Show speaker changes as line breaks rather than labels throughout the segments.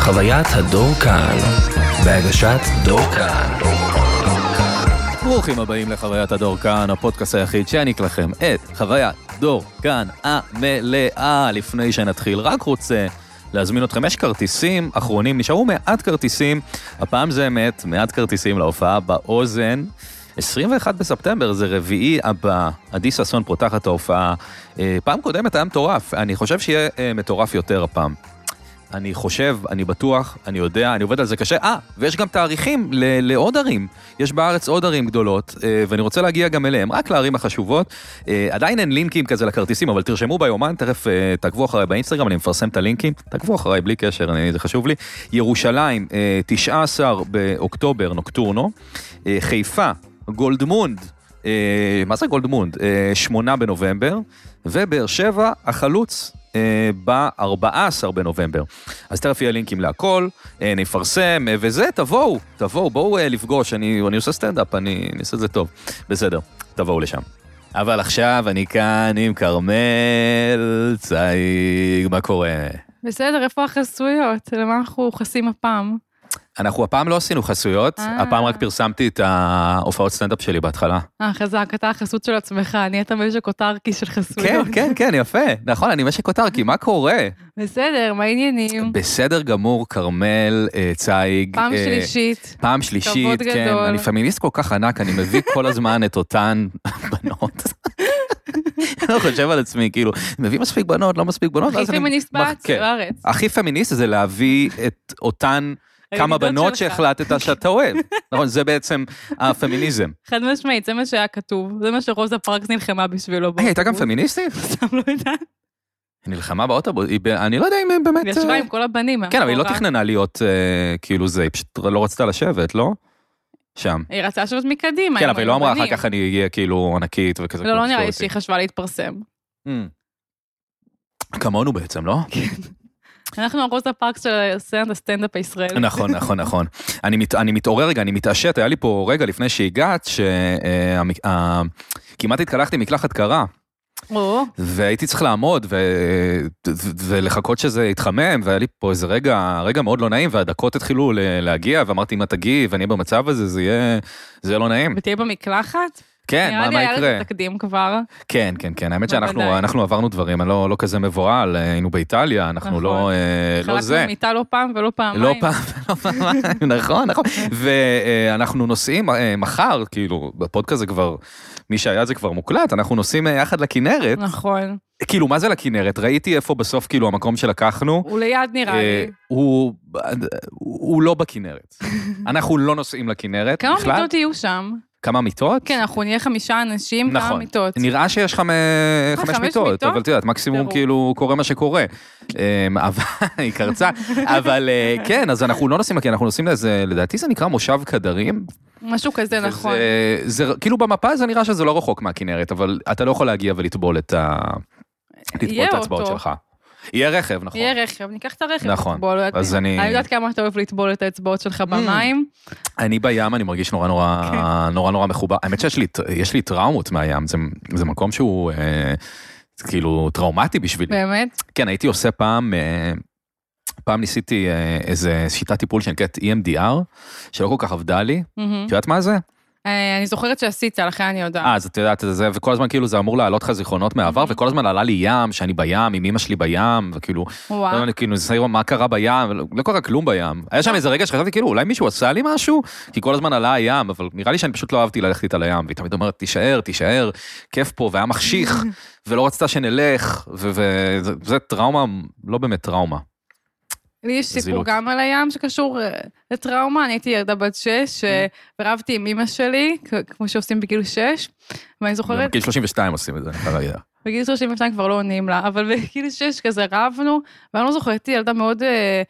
חוויית הדור כאן, בהגשת דור כאן.
ברוכים הבאים לחוויית הדור כאן, הפודקאסט היחיד שיעניק לכם את חוויית דור כאן המלאה. לפני שנתחיל, רק רוצה להזמין אתכם, יש כרטיסים אחרונים, נשארו מעט כרטיסים, הפעם זה אמת, מעט כרטיסים להופעה באוזן. 21 בספטמבר, זה רביעי הבא, עדי ששון פותחת ההופעה. אה, פעם קודמת היה מטורף, אני חושב שיהיה אה, מטורף יותר הפעם. אני חושב, אני בטוח, אני יודע, אני עובד על זה קשה. אה, ויש גם תאריכים ל- לעוד ערים. יש בארץ עוד ערים גדולות, אה, ואני רוצה להגיע גם אליהם, רק לערים החשובות. אה, עדיין אין לינקים כזה לכרטיסים, אבל תרשמו ביומן, תכף אה, תעקבו אחריי באינסטגרם, אני מפרסם את הלינקים. תעקבו אחריי בלי קשר, אני, זה חשוב לי. ירושלים, אה, 19 באוקטובר, נוקטורנו. אה, חיפה, גולדמונד. אה, מה זה גולדמונד? אה, שמונה בנובמבר, ובאר שבע, החלוץ. אה, ב-14 בנובמבר. אז תכף יהיה לינקים להכל, אה, נפרסם, אה, וזה, תבואו, תבואו, בואו אה, לפגוש, אני, אני עושה סטנדאפ, אני, אני עושה את זה טוב. בסדר, תבואו לשם. אבל עכשיו אני כאן עם כרמל צייג, מה קורה?
בסדר, איפה החסויות? למה אנחנו חסים הפעם?
אנחנו הפעם לא עשינו חסויות,
אה.
הפעם רק פרסמתי את ההופעות סטנדאפ שלי בהתחלה.
אה, חזק, אתה החסות של עצמך, נהיית משק אוטרקי של
כן,
חסויות.
כן, כן, יפה. נכון, אני משק אוטרקי, מה קורה?
בסדר, מה העניינים?
בסדר גמור, כרמל אה, צייג.
כן. פעם
אה,
שלישית.
פעם שלישית,
כבוד
כן.
גדול.
אני פמיניסט כל כך ענק, אני מביא כל הזמן את אותן בנות. אני לא חושב על עצמי, כאילו, מביא מספיק בנות, לא מספיק בנות,
הכי
ואז אני...
פמיניסט
מח-
בארץ,
כן.
בארץ.
הכי פמיניסט זה להביא את אותן כמה
הידידות
בנות
שלך.
שהחלטת שאתה אוהב. נכון, זה בעצם הפמיניזם.
חד משמעית, זה מה שהיה כתוב. זה מה שרוזה פרקס נלחמה בשבילו.
היי, אה, הייתה גם
באוטובוס.
פמיניסטית?
סתם לא יודעת.
היא נלחמה באוטובוס, היא ב- אני לא יודע אם היא באמת...
היא
אה,
ישבה עם כל הבנים.
כן, אבל היא לא
מאחורה.
תכננה להיות אה, כאילו זה, היא פשוט לא רצתה לשבת, לא? שם.
היא רצתה לשבת מקדימה.
כן,
עם
אבל היא לא אמרה אחר
הבנים.
כך אני אהיה כאילו ענקית וכזה.
לא, לא
כאילו,
נראה לי
תשתו
שהיא חשבה להתפרסם.
אותי. Mm. כמונו בעצם, לא?
כן. אנחנו הרוזה פרקס של סצנת הסטנדאפ הישראלי.
נכון, נכון, נכון. אני, מת, אני מתעורר רגע, אני מתעשת, היה לי פה רגע לפני שהגעת, אה, שכמעט התקלחתי מקלחת קרה,
או,
והייתי צריך לעמוד ו, ו, ולחכות שזה יתחמם, והיה לי פה איזה רגע, רגע מאוד לא נעים, והדקות התחילו ל- להגיע, ואמרתי, אם את תגיעי ואני אהיה במצב הזה, זה יהיה, זה יהיה לא נעים.
ותהיה במקלחת?
כן, מה, מה
נראה לי לא היה
יקרה?
לזה תקדים כבר.
כן, כן, כן, האמת שאנחנו
בוודאי.
אנחנו עברנו דברים, אני לא, לא כזה מבוהל, אה, היינו באיטליה, אנחנו
נכון.
לא, אה, לא זה.
חלקנו מיטה לא פעם ולא פעמיים.
לא פעם, לא פעמיים, נכון, נכון. ואנחנו נוסעים אה, מחר, כאילו, בפודקאסט זה כבר, מי שהיה זה כבר מוקלט, אנחנו נוסעים אה, יחד לכנרת.
נכון.
כאילו, מה זה לכנרת? ראיתי איפה בסוף, כאילו, המקום שלקחנו.
הוא ליד נראה
אה,
לי.
הוא אה, הוא לא בכנרת. אנחנו לא נוסעים לכנרת
כמה
בכלל.
מיטות יהיו שם?
כמה מיטות?
כן, אנחנו נהיה חמישה אנשים, כמה
נכון.
מיטות. אה,
נראה שיש חמ- חמש
חמש
מיטות,
מיטות?
אבל את יודעת, מקסימום
ברור.
כאילו קורה מה שקורה. אמ, אבל היא קרצה, אבל אה, כן, אז אנחנו לא נוסעים, כי אנחנו נוסעים לאיזה, לדעתי זה נקרא מושב קדרים.
משהו כזה,
וזה-
נכון.
זה כאילו במפה זה נראה שזה לא רחוק מהכנרת, אבל אתה לא יכול להגיע ולטבול את ה- לטבול
יהיה
את ההצבעות
אוטו.
שלך. יהיה רכב, נכון.
יהיה רכב, ניקח את הרכב.
נכון.
לטבול, לא יודעת-
אז אני- Mm.
אני יודעת כמה אתה אוהב לטבול את האצבעות שלך במים.
אני בים, אני מרגיש נורא נורא
כן.
נורא נורא מחובר. האמת שיש לי, יש לי טראומות מהים, זה, זה מקום שהוא אה, כאילו טראומטי בשבילי.
באמת?
כן, הייתי עושה פעם, אה, פעם ניסיתי אה, איזה שיטת טיפול שנקראת E EMDR, שלא כל כך עבדה לי.
מהמם.
את יודעת מה זה?
Mm-hmm. אה, אני זוכרת שעשית, לכן אני יודעת.
אה, אז את יודעת את זה, וכל הזמן כאילו זה אמור להעלות לך זיכרונות מהעבר,
Mhm.
וכל הזמן עלה לי ים, שאני בים, עם אמא שלי בים, וכאילו,
וואו.
אני כאילו ניסיון מה קרה בים, לא- לא קרה כלום בים. היה
אה.
שם איזה רגע שחשבתי כאילו, אולי מישהו עשה לי משהו? כי כל הזמן עלה הים, אבל נראה לי שאני פשוט לא אהבתי ללכת איתה לים, והיא תמיד אומרת, תישאר, תישאר, כיף פה, והיה מחשיך,
Mm-hmm.
ולא רצתה שנלך, וזה טראומה, לא באמת טראומה.
לי יש סיפור
זילות.
גם על הים שקשור אה, לטראומה, אני הייתי ילדה בת שש,
Mm.
אה, ורבתי עם אימא שלי, כ- כמו שעושים בגיל שש, ואני זוכרת
בגיל 32 עושים את זה, אני חייב להגיד.
בגיל 32 כבר לא עונים לה, אבל בגיל 6 כזה רבנו, ואני לא זוכרת, הייתי ילדה מאוד, אה,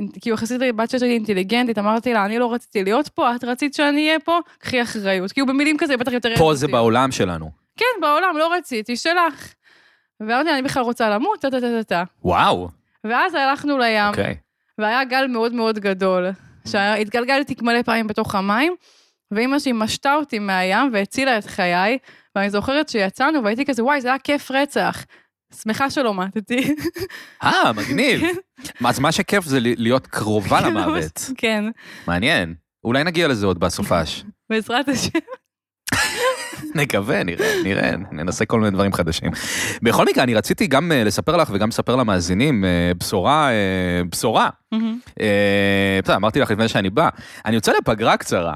אינט- כאילו יחסית לבת שלי אינטליגנטית, אמרתי לה, אני לא רציתי להיות פה, את רצית שאני אהיה פה, קחי אחריות. כאילו במילים כזה, בטח יותר...
פה
אנושית.
זה בעולם שלנו.
כן, בעולם, לא רציתי, שלך. ואמרתי לה, אני בכלל רוצה למות, טה טה טה טה טה.
וואו,
ואז הלכנו לים,
אוקיי.
והיה גל מאוד מאוד גדול. שהתגלגלתי מלא פעמים בתוך המים, ואימא שלי משתה אותי מהים והצילה את חיי, ואני זוכרת שיצאנו והייתי כזה, וואי, זה היה כיף רצח. שמחה שלא מתתי.
אה, מגניב.
כן.
מה- אז מה שכיף זה ל- להיות קרובה
כאילו,
למוות.
כן,
מעניין. אולי נגיע לזה עוד בסופש.
בעזרת השם.
נקווה, נראה, נראה, ננסה כל מיני דברים חדשים. בכל מקרה, אני רציתי גם אה, לספר לך וגם לספר למאזינים אה, בשורה, אה, בשורה.
מהמם.
אה, בסדר, אמרתי לך לפני שאני בא. אני יוצא לפגרה קצרה.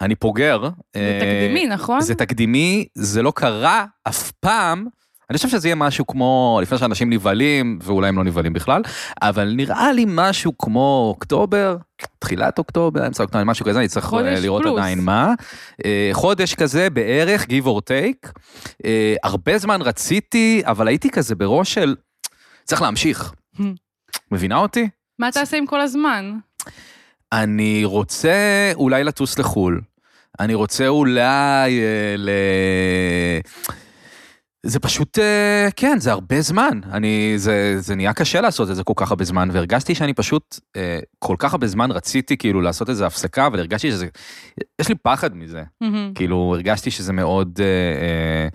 אני פוגר.
זה
אה,
תקדימי, נכון?
זה תקדימי, זה לא קרה אף פעם. אני חושב שזה יהיה משהו כמו, לפני שאנשים נבהלים, ואולי הם לא נבהלים בכלל, אבל נראה לי משהו כמו אוקטובר, תחילת אוקטובר, אמצע אוקטובר, משהו כזה, אני צריך
חודש
אה, לראות
פלוס.
עדיין מה. אה, חודש כזה בערך, give or take. אה, הרבה זמן רציתי, אבל הייתי כזה בראש של, צריך להמשיך.
Hmm.
מבינה אותי?
מה תעשה עם כל הזמן?
אני רוצה אולי לטוס לחו"ל. אני רוצה אולי אה, ל... זה פשוט, אה, כן, זה הרבה זמן. אני, זה, זה נהיה קשה לעשות את זה כל כך הרבה זמן, והרגשתי שאני פשוט, אה, כל כך הרבה זמן רציתי כאילו לעשות איזה הפסקה, אבל הרגשתי שזה, יש לי פחד מזה.
מהמם.
כאילו, הרגשתי שזה מאוד, אה, אה,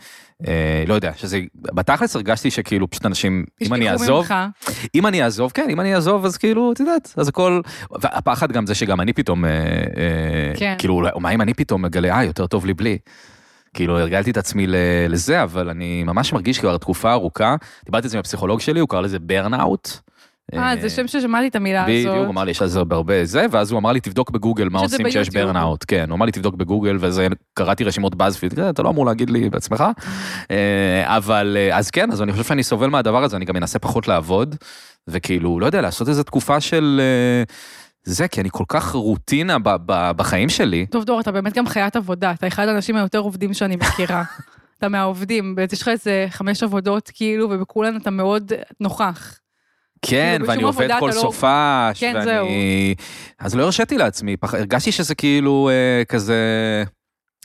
אה, לא יודע, שזה, בתכלס הרגשתי שכאילו פשוט אנשים, אם אני
ישכחו
אעזוב,
ממך.
אם אני אעזוב, כן, אם אני אעזוב, אז כאילו, את יודעת, אז הכל... והפחד גם זה שגם אני פתאום, אה, אה,
כן.
כאילו, אולי- מה אם אני פתאום מגלה, אה, יותר טוב לי בלי. כאילו, הרגלתי את עצמי ל- לזה, אבל אני ממש מרגיש כבר תקופה ארוכה, דיברתי על זה עם הפסיכולוג שלי, הוא קרא לזה ברנאוט.
אה, זה שם ששמעתי את המילה
בדיוק,
הזאת.
הוא אמר לי, יש על זה הרבה זה, ואז הוא אמר לי, תבדוק בגוגל מה
יש את זה
עושים כשיש
ביוטיוב.
ברנאוט. כן, הוא אמר לי, תבדוק בגוגל, וזה, קראתי רשימות באזפיד, אתה לא אמור להגיד לי בעצמך. אה, אבל, אה, אז כן, אז אני חושב שאני סובל מהדבר הזה, אני גם מנסה פחות לעבוד, וכאילו, לא יודע, לעשות איזו תקופה של... אה, זה, כי אני כל כך רוטינה ב- ב- בחיים שלי.
טוב, דור, אתה באמת גם חיית עבודה, אתה אחד האנשים היותר עובדים שאני מכירה. אתה מהעובדים, באמת יש לך איזה חמש עבודות, כאילו, ובכולן אתה מאוד נוכח.
כן,
כאילו,
ואני
בשום
עובד
עבודה
כל
אתה לא-
סופש,
כן, זהו.
ואני... אז לא הרשיתי לעצמי, פח- הרגשתי שזה כאילו אה, כזה...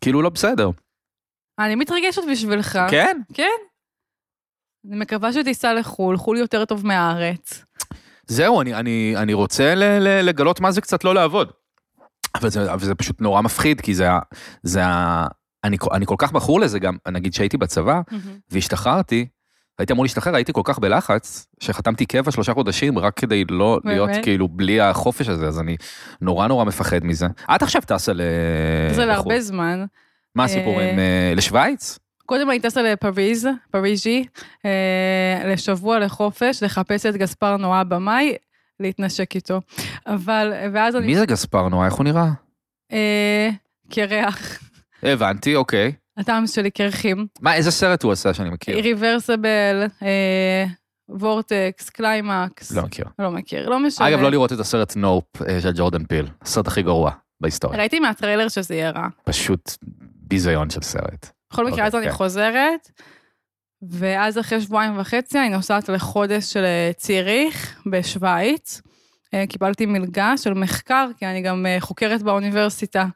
כאילו לא בסדר.
אני מתרגשת בשבילך.
כן?
אני מקווה שתיסע לחו"ל, חו"ל יותר טוב מהארץ.
זהו, אני, אני, אני רוצה ל, ל, לגלות מה זה קצת לא לעבוד. אבל זה, אבל זה פשוט נורא מפחיד, כי זה ה... זה ה אני, כל- אני כל כך מכור לזה גם, נגיד שהייתי בצבא והשתחררתי, הייתי אמור להשתחרר, הייתי כל כך בלחץ, שחתמתי קבע שלושה חודשים רק כדי לא
באמת?
להיות כאילו בלי החופש הזה, אז אני נורא נורא מפחד מזה. את עכשיו טסה ל... לחו"ל.
זה להרבה זמן.
מה הסיפור,
אה,
עם, אה, לשוויץ?
קודם אני טסה לפריז, פריז'י, אה, לשבוע לחופש, לחפש את גספר נועה במאי, להתנשק איתו. אבל, ואז אני...
מי זה גספר נועה? איך הוא נראה?
אה, קרח.
הבנתי, אוקיי.
הטעם שלי קרחים.
מה, איזה סרט הוא עשה שאני מכיר?
ריברסבל, אה, וורטקס, קליימקס.
לא מכיר.
לא מכיר, לא משנה.
אגב, לא לראות את הסרט נופ אה, של ג'ורדן פיל, הסרט הכי גרוע בהיסטוריה.
ראיתי מהטריילר שזה יהיה רע.
פשוט ביזיון של סרט.
בכל מקרה,
אוקיי,
אז אני
כן.
חוזרת, ואז אחרי שבועיים וחצי אני נוסעת לחודש של אה, ציריך בשוויץ. אה, קיבלתי מלגה של מחקר, כי אני גם אה, חוקרת באוניברסיטה.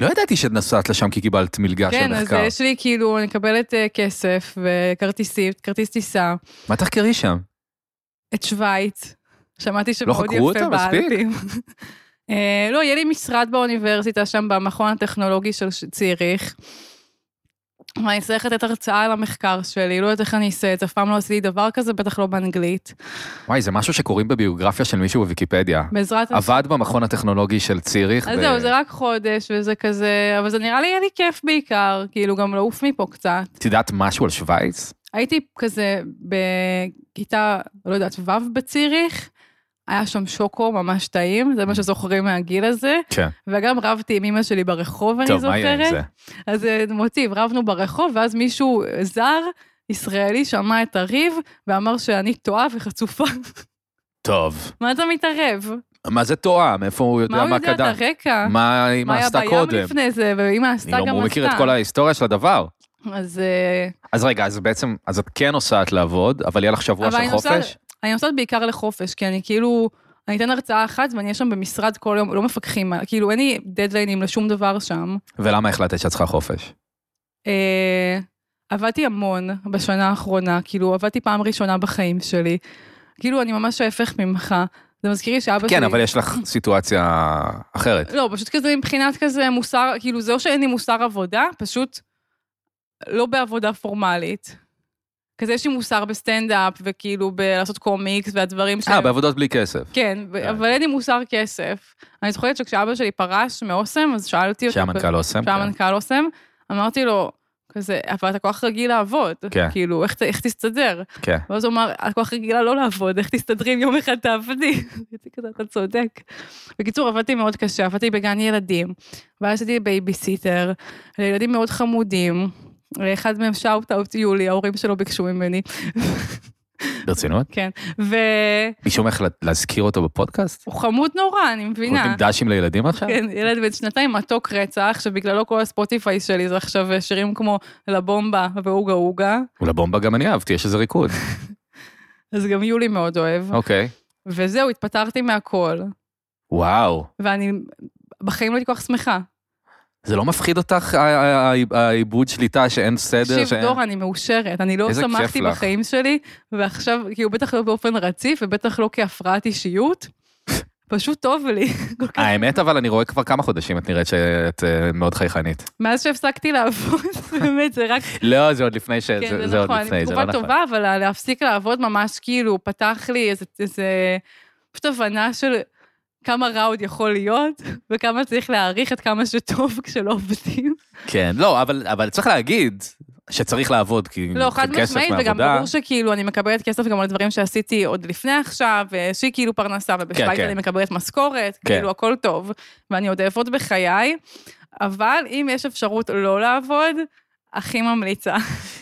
לא ידעתי שנסעת לשם כי קיבלת מלגה של
כן, אז
מחקר.
אה, יש לי כאילו, אני מקבלת אה, כסף וכרטיסים, כרטיס טיסה,
מה תחקרי שם?
את שוויץ. שמעתי
לא
שמאוד
חקרו
יפה
אותה מספיק?
באלפים. אה, לא, יהיה לי משרד באוניברסיטה שם, במכון הטכנולוגי של ש- ציריך. ואני אצטרך לתת הרצאה על המחקר שלי, לא יודעת איך אני אעשה את זה, אף פעם לא עשיתי דבר כזה, בטח לא באנגלית.
וואי, זה משהו שקוראים בביוגרפיה של מישהו בוויקיפדיה.
בעזרת...
עבד במכון הטכנולוגי של ציריך.
אז
ב-
זהו, זה רק חודש וזה כזה, אבל זה נראה לי יהיה לי כיף בעיקר, כאילו גם לעוף מפה קצת.
את יודעת משהו על שווייץ?
הייתי כזה בכיתה, לא יודעת, ו' בציריך, היה שם שוקו ממש טעים, זה מה שזוכרים מהגיל הזה.
כן.
וגם רבתי עם אמא שלי ברחוב, אני
טוב, מה יהיה עם
זוכרת.
זה?
אז אה, מוטיב, רבנו ברחוב, ואז מישהו אה, זר, ישראלי, שמע את הריב, ואמר שאני טועה וחצופה.
טוב.
מה אתה מתערב?
מה זה טועה? מאיפה הוא יודע
מה הוא
מה
יודע את
קדם?
הרקע?
מה אמא
מה היה
עשתה
בים
קודם?
לפני זה, ואמא עשתה
אני
גם
לא
עשתה.
הוא מכיר את כל ההיסטוריה של הדבר.
אז אה,
אז רגע, אז בעצם, אז את כן נוסעת לעבוד, אבל יהיה לך שבוע
אבל
של
אני נוסעת-
חופש?
אני נוסעת בעיקר לחופש, כי אני כאילו, אני אתן הרצאה אחת ואני אהיה שם במשרד כל יום, לא מפקחים, כאילו אין לי דדליינים לשום דבר שם.
ולמה החלטת שאת צריכה חופש?
אה, עבדתי המון בשנה האחרונה, כאילו עבדתי פעם ראשונה בחיים שלי. כאילו אני ממש ההפך ממך. זה מזכיר לי שאבא שלי...
כן, אבל יש לך סיטואציה אחרת.
לא, פשוט כזה מבחינת כזה מוסר, כאילו זה לא שאין לי מוסר עבודה, פשוט לא בעבודה פורמלית. כזה יש לי מוסר בסטנדאפ, וכאילו בלעשות קומיקס והדברים
אה,
שהם...
בעבודות בלי כסף.
כן, ו- אבל אין לי מוסר כסף. אני זוכרת שכשאבא שלי פרש מאוסם, אז שאלתי אותו...
שהיה מנכ"ל אוסם.
שהיה
כן.
מנכ"ל אוסם, אמרתי לו, כזה, אבל אתה כל כך רגיל לעבוד.
כן.
כאילו, איך, ת- איך תסתדר?
כן.
ואז הוא אמר, את כל כך רגילה לא לעבוד, איך תסתדרי אם יום אחד תעבדי? הייתי כזה, אתה צודק. בקיצור, עבדתי מאוד קשה, עבדתי בגן ילדים, ואז עשיתי בייביסיטר, לילדים מאוד חמודים. אחד מהם שאוט-אאוט יולי, ההורים שלו ביקשו ממני.
כן. ברצינות?
והוא
מישהו הולך לה- להזכיר אותו בפודקאסט?
חמוד נורא, אני
אנחנו
מבינה.
נותנים דשים לילדים עכשיו?
כן, ילד בן שנתיים מתוק רצח, שבגללו כל הספוטיפיי שלי זה עכשיו שירים כמו לבומבה ואוגה אוגה,
ולבומבה גם אני אהבתי, יש איזה ריקוד.
נכון. אז גם יולי מאוד אוהב.
אוקיי.
וזהו, התפטרתי מהכל,
וואו.
ואני בחיים לא הייתי כל כך שמחה.
זה לא מפחיד אותך, ה- ה- ה- העיבוד שליטה שאין סדר?
תקשיב,
שאין-
דור, אני מאושרת, אני לא
איזה כיף
שמחתי
לך.
בחיים שלי, ועכשיו, כאילו, בטח לא באופן רציף, ובטח לא כהפרעת אישיות. פשוט טוב לי, כל כך.
האמת, אבל אני רואה כבר כמה חודשים את נראית שאת אה, מאוד חייכנית.
מאז שהפסקתי לעבוד, באמת, זה רק
לא, זה עוד לפני ש...
כן,
זה-
זה,
זה עוד
נכון,
לפני, זה לא
תקופה
נכון.
טובה, אבל להפסיק לעבוד ממש כאילו פתח לי איזה, איזה פשוט הבנה של כמה רע עוד יכול להיות, וכמה צריך להעריך את כמה שטוב כשלא עובדים.
כן, לא, אבל אבל צריך להגיד שצריך לעבוד, כי
לא, חד
כסף
משמעית, וגם
מעבודה-
ברור שכאילו אני מקבלת כסף גם על דברים שעשיתי עוד לפני עכשיו, ויש לי כאילו פרנסה, ובשווייץ
כן.
אני מקבלת משכורת,
כן.
כאילו הכל טוב, ואני עוד אעבוד בחיי, אבל אם יש אפשרות לא לעבוד, הכי ממליצה.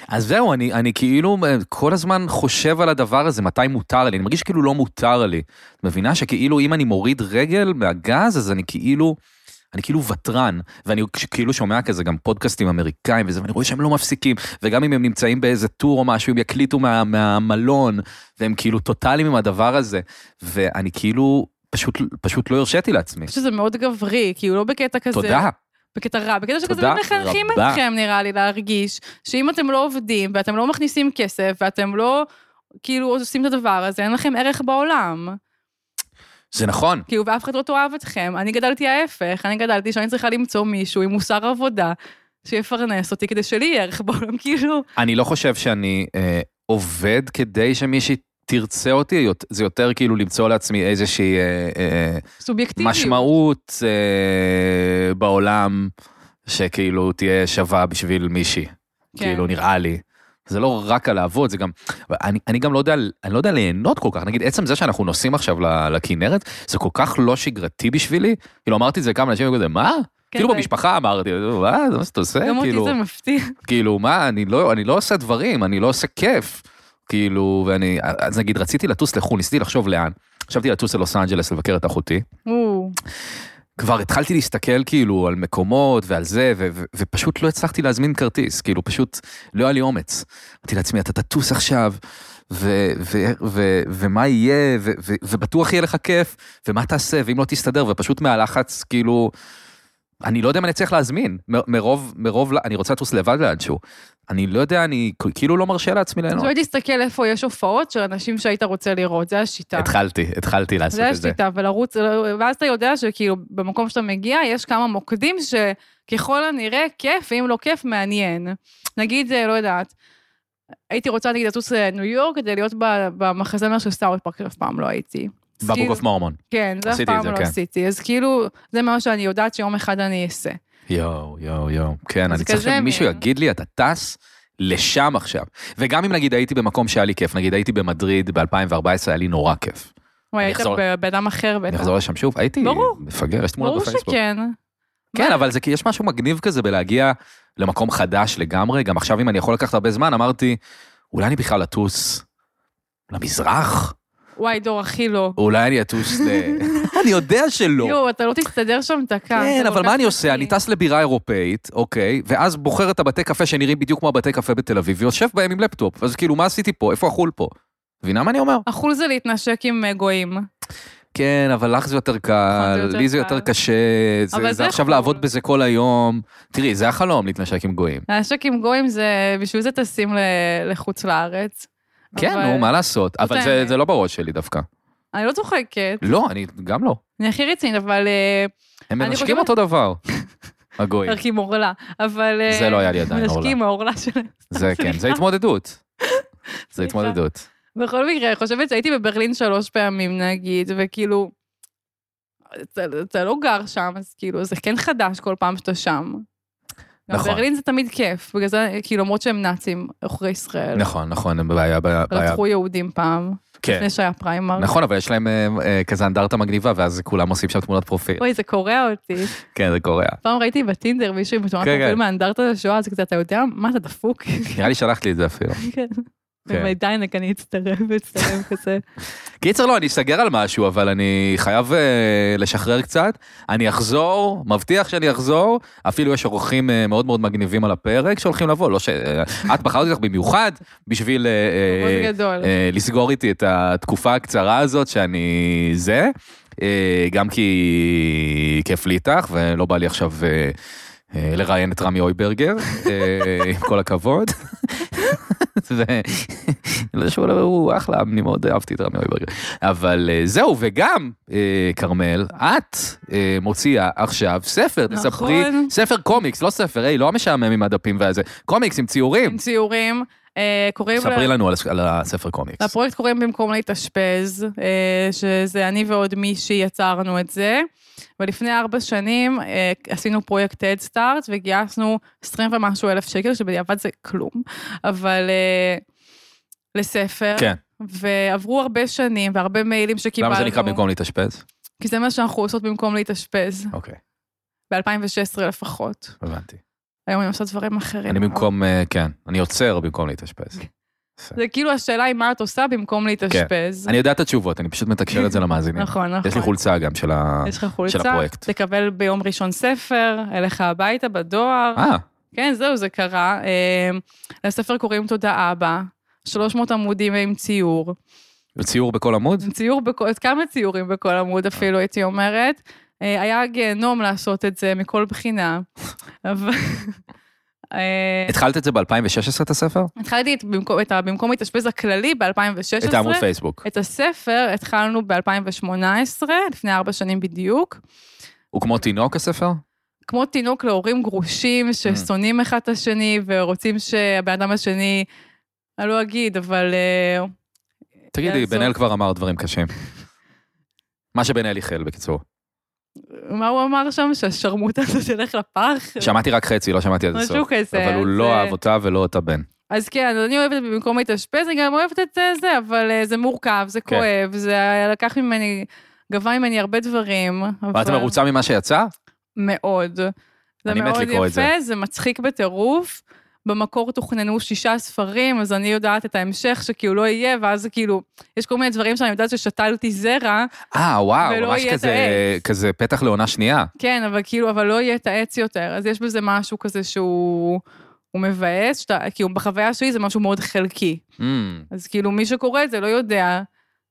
אז זהו, אני, אני כאילו אה, כל הזמן חושב על הדבר הזה, מתי מותר לי, אני מרגיש כאילו לא מותר לי. את מבינה שכאילו אם אני מוריד רגל מהגז, אז אני כאילו, אני כאילו ותרן, ואני כש- כאילו שומע כזה גם פודקאסטים אמריקאים וזה, ואני רואה שהם לא מפסיקים, וגם אם הם נמצאים באיזה טור או משהו, הם יקליטו מה, מהמלון, והם כאילו טוטאליים עם הדבר הזה, ואני כאילו פשוט, פשוט לא הרשיתי לעצמי.
אני חושבת שזה מאוד גברי, כאילו לא בקטע כזה.
תודה.
בקטע רע, בקטע שכזה
תודה
באמת מחנכים
רבה.
אתכם, נראה לי, להרגיש שאם אתם לא עובדים ואתם לא מכניסים כסף ואתם לא כאילו עושים את הדבר הזה, אין לכם ערך בעולם.
זה נכון.
כאילו, ואף אחד לא תאהב אתכם. אני גדלתי ההפך, אני גדלתי שאני צריכה למצוא מישהו עם מוסר עבודה שיפרנס אותי כדי שלי יהיה ערך בעולם, כאילו.
אני לא חושב שאני אה, עובד כדי שמישהי תרצה אותי, יות- זה יותר כאילו למצוא לעצמי איזושהי אה, אה,
סובייקטיביות.
משמעות אה, בעולם שכאילו תהיה שווה בשביל מישהי,
כן.
כאילו נראה לי. זה לא רק על לעבוד, זה גם, אני, אני גם לא יודע, אני לא יודע ליהנות כל כך, נגיד עצם זה שאנחנו נוסעים עכשיו ל- לכנרת, זה כל כך לא שגרתי בשבילי, כאילו אמרתי את זה כמה אנשים, היו כזה, מה?
כן,
כאילו
זה-
במשפחה אמרתי, מה, זה מה שאתה עושה?
גם אותי
כאילו...
זה מפתיע.
כאילו, מה, אני לא, אני לא עושה דברים, אני לא עושה כיף. כאילו, ואני, אז נגיד, רציתי לטוס לחו"ל, ניסיתי לחשוב לאן. חשבתי לטוס ללוס אנג'לס לבקר את אחותי.
או,
כבר התחלתי להסתכל כאילו על מקומות ועל זה, ו- ו- ופשוט לא הצלחתי להזמין כרטיס, כאילו פשוט לא היה לי אומץ. אמרתי לעצמי, אתה תטוס עכשיו, ו- ו- ו- ומה יהיה, ו- ו- ובטוח יהיה לך כיף, ומה תעשה, ואם לא תסתדר, ופשוט מהלחץ, כאילו, אני לא יודע אם אני אצליח להזמין, מ- מרוב, מרוב, אני רוצה לטוס לבד לאנשהו. אני לא יודע, אני כאילו לא מרשה לעצמי
אז
ליהנות.
אולי תסתכל איפה יש הופעות של אנשים שהיית רוצה לראות, זה השיטה.
התחלתי, התחלתי לעשות
זה
את זה.
השליטה, ולרוץ, לא, ואז אתה יודע שכאילו במקום שאתה מגיע, יש כמה מוקדים שככל הנראה כיף, ואם לא כיף, מעניין. נגיד, אה, לא יודעת, הייתי רוצה נגיד לטוס לניו יורק כדי להיות ב- במחזמר של סטארט פארק, שאף פעם לא הייתי. אז
בבוק
כאילו-
אוף מורמון.
כן, זה אף
עשיתי את
פעם
זה,
לא
כן.
עשיתי. אז כאילו, זה מה שאני יודעת שיום אחד אני אעשה.
יואו, יואו, יואו. כן,
אז
אני צריך
כזה
שמישהו
מין.
יגיד לי, אתה טס לשם עכשיו. וגם אם נגיד הייתי במקום שהיה לי כיף, נגיד הייתי במדריד ב-2014, היה לי נורא כיף.
וואי,
אני
היית
אחזור-
בבן אדם אחר
אני
בטח.
אחזור לשם שוב, הייתי
ברור.
מפגר, יש תמונות
ברור
בפייסבוק.
שכן.
כן,
מה?
אבל זה כי יש משהו מגניב כזה בלהגיע למקום חדש לגמרי. גם עכשיו, אם אני יכול לקחת הרבה זמן, אמרתי, אולי אני בכלל אטוס למזרח?
וואי, דור, הכי לא.
אולי אני אטוס ל... אני יודע שלא.
יואו, אתה לא תסתדר שם דקה.
כן,
זה כל
אבל
כך
מה אני עושה?
מפחיד.
אני טס לבירה אירופאית, אוקיי, ואז בוחר את הבתי קפה שנראים בדיוק כמו הבתי קפה בתל אביב, ויושב בהם עם לפטופ. אז כאילו, מה עשיתי פה? איפה החול פה? מבינה מה אני אומר?
החול זה להתנשק עם אה, גויים.
כן, אבל לך זה יותר
נכון, זה
קל,
יותר
לי זה
קל.
יותר קשה, זה-
אבל
זה
זה
עכשיו
חול.
לעבוד בזה כל היום. תראי, זה החלום, להתנשק עם גויים.
לנשק עם גויים זה, בשביל זה טסים ל- לחוץ לארץ.
כן,
אבל-
נו, מה לעשות? אבל זה-
האמת.
זה לא בראש שלי דווקא.
אני לא צוחקת,
לא, אני גם לא.
אני הכי רצינית, אבל... אה,
הם
אני
מנשקים
חושבת-
אותו דבר, הגויים.
רק עם אורלה, אבל... אה,
זה לא היה לי לא עדיין, אורלה.
מנשקים עם האורלה שלהם.
זה כן, זה התמודדות. זה התמודדות.
בכל מקרה, אני חושבת שהייתי בברלין שלוש פעמים, נגיד, וכאילו, אתה, אתה לא גר שם, אז כאילו, זה כן חדש כל פעם שאתה שם. גם
נכון.
ברלין זה תמיד כיף, בגלל זה, כאילו, למרות שהם נאצים, עוכרי ישראל.
נכון, נכון, הם בעיה, בעיה. בעיה.
רצחו יהודים פעם,
כן.
לפני שהיה פריימר.
נכון, אבל יש להם אה, אה, כזה אנדרטה מגניבה, ואז כולם עושים שם תמונת פרופיל.
אוי, זה קורע אותי.
כן, זה קורע.
פעם ראיתי בטינדר מישהו עם תמונת
כן,
פרופיל
כן.
מהאנדרטה לשואה, אז כזה, אתה יודע, מה, אתה דפוק?
נראה לי שלחת לי את זה אפילו.
כן.
כן.
ומדיינק אני אצטרף, אצטרף כזה.
קיצר, לא, אני אסגר על משהו, אבל אני חייב אה, לשחרר קצת. אני אחזור, מבטיח שאני אחזור. אפילו יש אורחים אה, מאוד מאוד מגניבים על הפרק שהולכים לבוא, לא ש... אה, את בחרת אותך במיוחד בשביל אה, אה,
מאוד גדול.
אה, לסגור איתי את התקופה הקצרה הזאת שאני זה. אה, גם כי כיף לי איתך, ולא בא לי עכשיו אה, אה, לראיין את רמי אויברגר, אה, עם כל הכבוד. ו- לא שהוא לא- הוא אחלה, אני מאוד אהבתי את רמי אויברגר. אבל אה, זהו, וגם, אה, כרמל, את אה, מוציאה עכשיו ספר,
נכון.
תספרי, ספר קומיקס, לא ספר, היי, לא המשעמם עם הדפים והזה, קומיקס עם ציורים.
עם ציורים, אה, קוראים...
ספרי
ל-
לנו על הס- על הספר קומיקס.
לפרויקט קוראים במקום להתאשפז, אה, שזה אני ועוד מישהי יצרנו את זה. ולפני ארבע שנים אה, עשינו פרויקט TED Start וגייסנו 20 ומשהו אלף שקל, שבדיעבד זה כלום, אבל אה, לספר.
כן.
ועברו הרבה שנים והרבה מיילים שקיבלנו.
למה זה נקרא במקום להתאשפז?
כי זה מה שאנחנו עושות במקום להתאשפז,
אוקיי,
ב-2016 לפחות.
הבנתי.
היום אני עושה דברים אחרים.
אני במקום, אה, כן, אני עוצר במקום להתאשפז.
כן. זה כאילו השאלה היא מה את עושה במקום להתאשפז.
כן. אני יודע את התשובות, אני פשוט מתקשר את זה למאזינים.
נכון, נכון.
יש לי חולצה גם של ה...
יש לך חולצה,
הפרויקט.
תקבל ביום ראשון ספר, אליך הביתה בדואר.
אה,
כן, זהו, זה קרה. אה, לספר קוראים תודה אבא, 300 עמודים עם ציור.
ציור בכל עמוד?
ציור בכל, כמה ציורים בכל עמוד אפילו, הייתי אומרת. אה, היה גיהנום לעשות את זה מכל בחינה. אבל... אה,
התחלת את זה ב-2016, את הספר?
התחלתי את במקום- את ה- במקום להתאשפז הכללי ב-2016.
את העמוד פייסבוק.
את הספר התחלנו ב-2018, לפני ארבע שנים בדיוק.
הוא כמו תינוק הספר?
כמו תינוק להורים
Mm.
גרושים ששונאים אחד את השני ורוצים שהבן אדם השני, אני לא אגיד, אבל אה,
תגידי,
יעזור.
בן אל כבר אמר דברים קשים. מה שבן אל איחל, בקיצור.
מה הוא אמר שם? שהשרמוטה הזאת תלך לפח?
שמעתי רק חצי, לא שמעתי עד
משהו
הסוף.
כזה.
אבל הוא
אז,
לא
אה,
אהב אותה ולא אותה בן.
אז כן, אז אני אוהבת במקום להתאשפז, אני גם אוהבת את אה, זה, אבל אה, זה מורכב, זה
כן.
כואב, זה לקח ממני, גבה ממני הרבה דברים.
ואת
אבל-
מרוצה ממה שיצא?
מאוד. זה
אני מת
מאוד
לקרוא
יפה,
את זה.
זה מצחיק בטירוף. במקור תוכננו שישה ספרים, אז אני יודעת את ההמשך שכאילו לא יהיה, ואז זה כאילו, יש כל מיני דברים שאני יודעת ששתלתי זרע,
אה, וואו,
ולא
ממש
יהיה את
כזה-
העץ.
כזה פתח לעונה שנייה.
כן, אבל כאילו, אבל לא יהיה את העץ יותר. אז יש בזה משהו כזה שהוא הוא מבאס, שאתה, כאילו בחוויה שלי זה משהו מאוד חלקי.
Mm,
אז כאילו, מי שקורא את זה לא יודע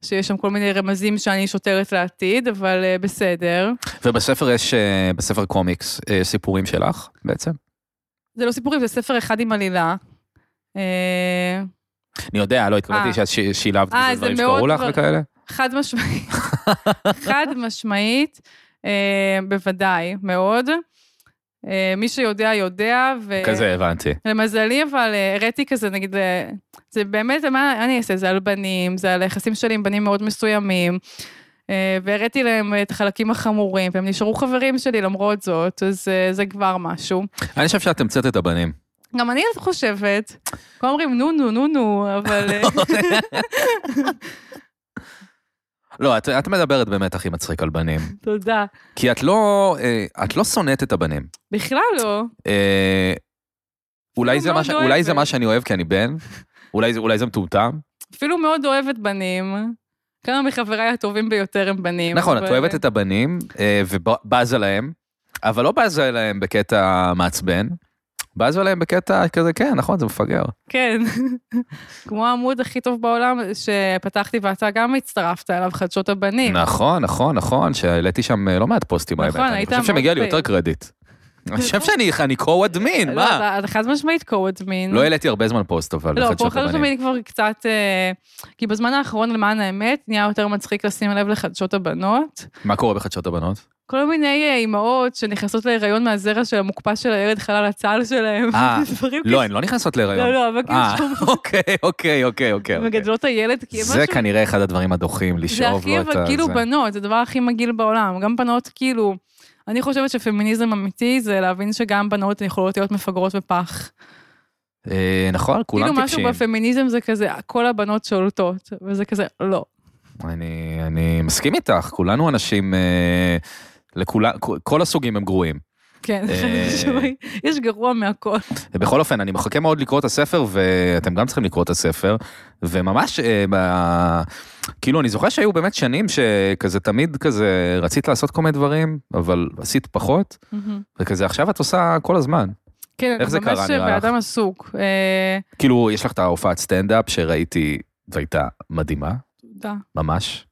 שיש שם כל מיני רמזים שאני שוטרת לעתיד, אבל אה, בסדר.
ובספר יש, אה, בספר קומיקס, אה, סיפורים שלך בעצם?
זה לא סיפורים, זה ספר אחד עם עלילה. אה,
אני יודע, לא התכוונתי
אה.
שאת שילבת
אה,
בזה
זה
דברים
מאוד
שקרו לך
דבר-
וכאלה?
חד משמעית. חד משמעית, אה, בוודאי, מאוד. אה, מי שיודע, יודע, ו...
כזה, הבנתי.
למזלי, אבל אה, הראיתי כזה, נגיד, אה, זה באמת, מה אני אעשה? זה על בנים, זה על היחסים שלי עם בנים מאוד מסוימים. אה, והראיתי להם את החלקים החמורים, והם נשארו חברים שלי למרות זאת, אז אה, זה כבר משהו.
אני חושב שאת המצאת את הבנים.
גם אני חושבת, כל אומרים נו נו נו נו, אבל... אה,
לא, את- את מדברת באמת הכי מצחיק על בנים.
תודה.
כי את לא, אה, את לא שונאת את הבנים.
בכלל לא.
אה, אולי,
אפילו
זה מה,
מאוד
ש... אולי זה
לא אוהבת.
מה שאני אוהב כי אני בן, אולי זה, אולי זה מטומטם.
אפילו מאוד אוהבת בנים. כמה מחבריי הטובים ביותר הם בנים.
נכון, את
אבל-
אוהבת את הבנים אה, ובזה להם, אבל לא בזה להם בקטע מעצבן, בזה להם בקטע כזה, כן, נכון, זה מפגר.
כן. כמו העמוד הכי טוב בעולם שפתחתי ואתה גם הצטרפת אליו, חדשות הבנים.
נכון, נכון, נכון, שהעליתי שם אה, לא מעט פוסטים.
נכון,
האמת.
היית
אני חושב שמגיע לי
מאוד
יותר
פעיל.
קרדיט. אני חושב שאני אני co-admin,
לא,
מה?
אתה- אתה חד משמעית קו-אדמין.
לא העליתי הרבה זמן פוסט, אבל
לא, פה
בחדשות
חדשות
הבנים.
הבנים כבר קצת... אה, כי בזמן האחרון, למען האמת, נהיה יותר מצחיק לשים לב לחדשות הבנות.
מה קורה בחדשות הבנות?
כל מיני אה, אימהות שנכנסות להיריון מהזרע של המוקפא של הילד חלל הצל שלהם.
אה,
דברים
לא,
כאלה.
הן לא נכנסות להיריון.
לא, לא, אבל כאילו
אה,
שהן
אוקיי, אוקיי, אוקיי, אוקיי. אוקיי.
מגדלות את הילד, לא כי משהו...
זה כנראה אחד הדברים הדוחים,
זה
לשאוב
הכי,
לו את ה...
אבל כאילו
זה.
בנות, זה הדבר הכי מגעיל בעולם. גם בנות, כאילו... אני חושבת שפמיניזם אמיתי זה להבין שגם בנות יכולות להיות מפגרות בפח.
אה, נכון, כולם
כאילו משהו
טיפשים.
בפמיניזם זה כזה, כל הבנות שולטות, וזה כזה, לא.
אני, אני מסכים איתך, כולנו אנשים, אה, לכולה, כל הסוגים הם גרועים.
כן,
אה.
חד-משמעית. יש גרוע מהכל.
בכל אופן, אני מחכה מאוד לקרוא את הספר, ואתם גם צריכים לקרוא את הספר, וממש, אה, ב... כאילו, אני זוכר שהיו באמת שנים שכזה תמיד כזה רצית לעשות כל מיני דברים, אבל עשית פחות, וכזה עכשיו את עושה כל הזמן.
כן,
איך זה קרה,
ממש
נראה לך?
באדם עסוק. אה,
כאילו, יש לך את ההופעת סטנדאפ שראיתי והייתה מדהימה,
תודה.
ממש.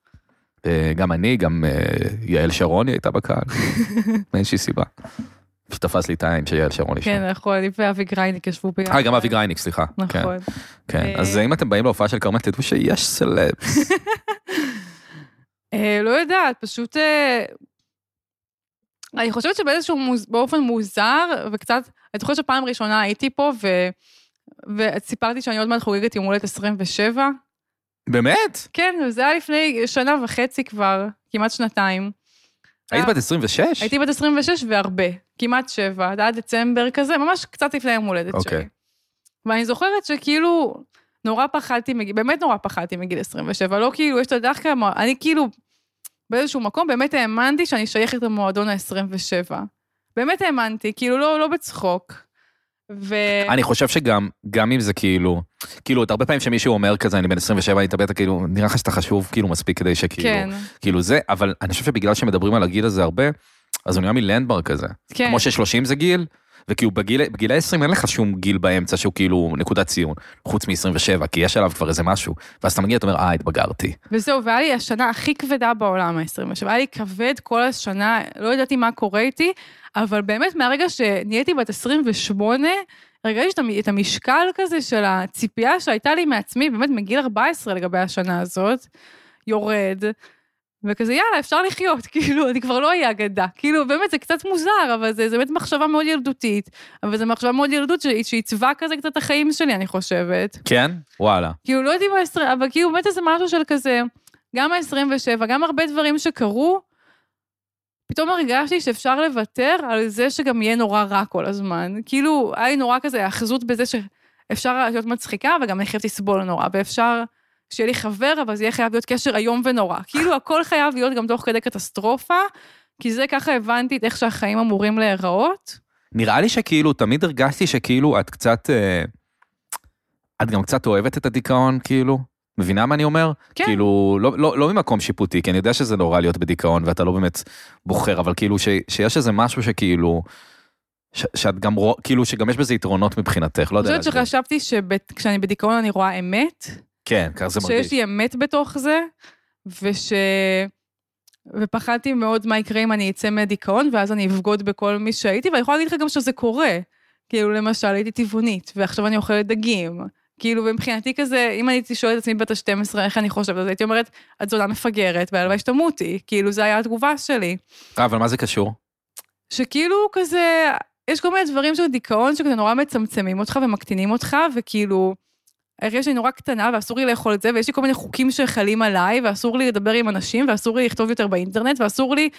אה, גם אני, גם אה, יעל שרוני הייתה בקהל, מאיזושהי סיבה. פשוט תפס לי את העין של יעל שרוני שם.
כן, נכון, אני ואבי גרייניק ישבו ביחד.
אה, גם אבי גרייניק, סליחה. כן,
נכון.
כן.
אה,
אז אם אתם באים להופעה של כרמל, תדעו שיש סלב.
אה, לא יודעת, פשוט... אה, אני חושבת שבאיזשהו, מוז- באופן מוזר, וקצת, אני זוכרת שפעם ראשונה הייתי פה, ו... וסיפרתי שאני עוד מעט חוגגת יום הולדת 27.
באמת?
כן, וזה היה לפני שנה וחצי כבר, כמעט שנתיים.
היית
אה,
בת 26?
הייתי בת 26 והרבה, כמעט שבע, עד- עד דצמבר כזה, ממש קצת לפני יום הולדת
אוקיי.
שלי. ואני זוכרת שכאילו, נורא פחדתי, מגיל- באמת נורא פחדתי מגיל 27, לא כאילו, יש את הדחקה, אני כאילו, באיזשהו מקום באמת האמנתי שאני שייכת למועדון ה-27. באמת האמנתי, כאילו, לא, לא בצחוק. ו...
אני חושב שגם, גם אם זה כאילו, כאילו, את הרבה פעמים שמישהו אומר כזה, אני בן 27, אני אתאבד, כאילו, נראה לך שאתה חשוב, כאילו, מספיק כדי שכאילו,
כן,
כאילו זה, אבל אני חושב שבגלל שמדברים על הגיל הזה הרבה, אז הוא נראה מלנדמרק כזה.
כן.
כמו ש-30 זה גיל, וכאילו בגיל, בגילי 20 אין לך שום גיל באמצע שהוא כאילו נקודת ציון, חוץ מ-27, כי יש עליו כבר איזה משהו, ואז אתה מגיע, אתה אומר, אה, התבגרתי.
וזהו, והיה לי השנה הכי כבדה בעולם, ה-27. היה לי כבד כל השנה, לא ידעתי מה קורה איתי, אבל באמת מהרגע שנהייתי בת 28, הרגשתי את המ- את המשקל כזה של הציפייה שהייתה לי מעצמי, באמת מגיל 14 לגבי השנה הזאת, יורד, וכזה, יאללה, אפשר לחיות, כאילו, אני כבר לא אהיה אגדה. כאילו, באמת, זה קצת מוזר, אבל זה, זה באמת מחשבה מאוד ילדותית, אבל זו מחשבה מאוד ילדות ש- שעיצבה כזה קצת את החיים שלי, אני חושבת.
כן? וואלה.
כאילו, לא יודעים מה עשרה, אבל כאילו, באמת איזה משהו של כזה, גם ה-27, גם הרבה דברים שקרו, פתאום הרגשתי שאפשר לוותר על זה שגם יהיה נורא רע כל הזמן. כאילו, היה לי נורא כזה האחזות בזה שאפשר להיות מצחיקה, וגם אני חייבת לסבול נורא, ואפשר שיהיה לי חבר, אבל זה יהיה חייב להיות קשר איום ונורא. כאילו, הכל חייב להיות גם תוך כדי קטסטרופה, כי זה ככה הבנתי את איך שהחיים אמורים להיראות.
נראה לי שכאילו, תמיד הרגשתי שכאילו את קצת, אה, את גם קצת אוהבת את הדיכאון, כאילו. מבינה מה אני אומר?
כן.
כאילו, לא, לא, לא ממקום שיפוטי, כי אני יודע שזה נורא להיות בדיכאון ואתה לא באמת בוחר, אבל כאילו ש, שיש איזה משהו שכאילו, ש, שאת גם, רוא- כאילו שגם יש בזה יתרונות מבחינתך, לא
אני
יודע.
חושבת
להסביר.
שחשבתי שכשאני בדיכאון אני רואה אמת,
כן, ככה זה מרגיש.
שיש לי אמת בתוך זה, וש... ופחדתי מאוד מה יקרה אם אני אצא מהדיכאון, ואז אני אבגוד בכל מי שהייתי, ואני יכולה להגיד לך גם שזה קורה. כאילו, למשל, הייתי טבעונית, ועכשיו אני אוכלת דגים. כאילו, ומבחינתי כזה, אם אני הייתי שואלת את עצמי בת ה-12 איך אני חושבת, אז הייתי אומרת, את זונה מפגרת, והלוואי שתמותי. כאילו, זו הייתה התגובה שלי.
אה, אבל מה זה קשור?
שכאילו כזה, יש כל מיני דברים של דיכאון שכזה נורא מצמצמים אותך ומקטינים אותך, וכאילו, הרגשתי שאני נורא קטנה ואסור לי לאכול את זה, ויש לי כל מיני חוקים שחלים עליי, ואסור לי לדבר עם אנשים, ואסור לי לכתוב יותר באינטרנט, ואסור לי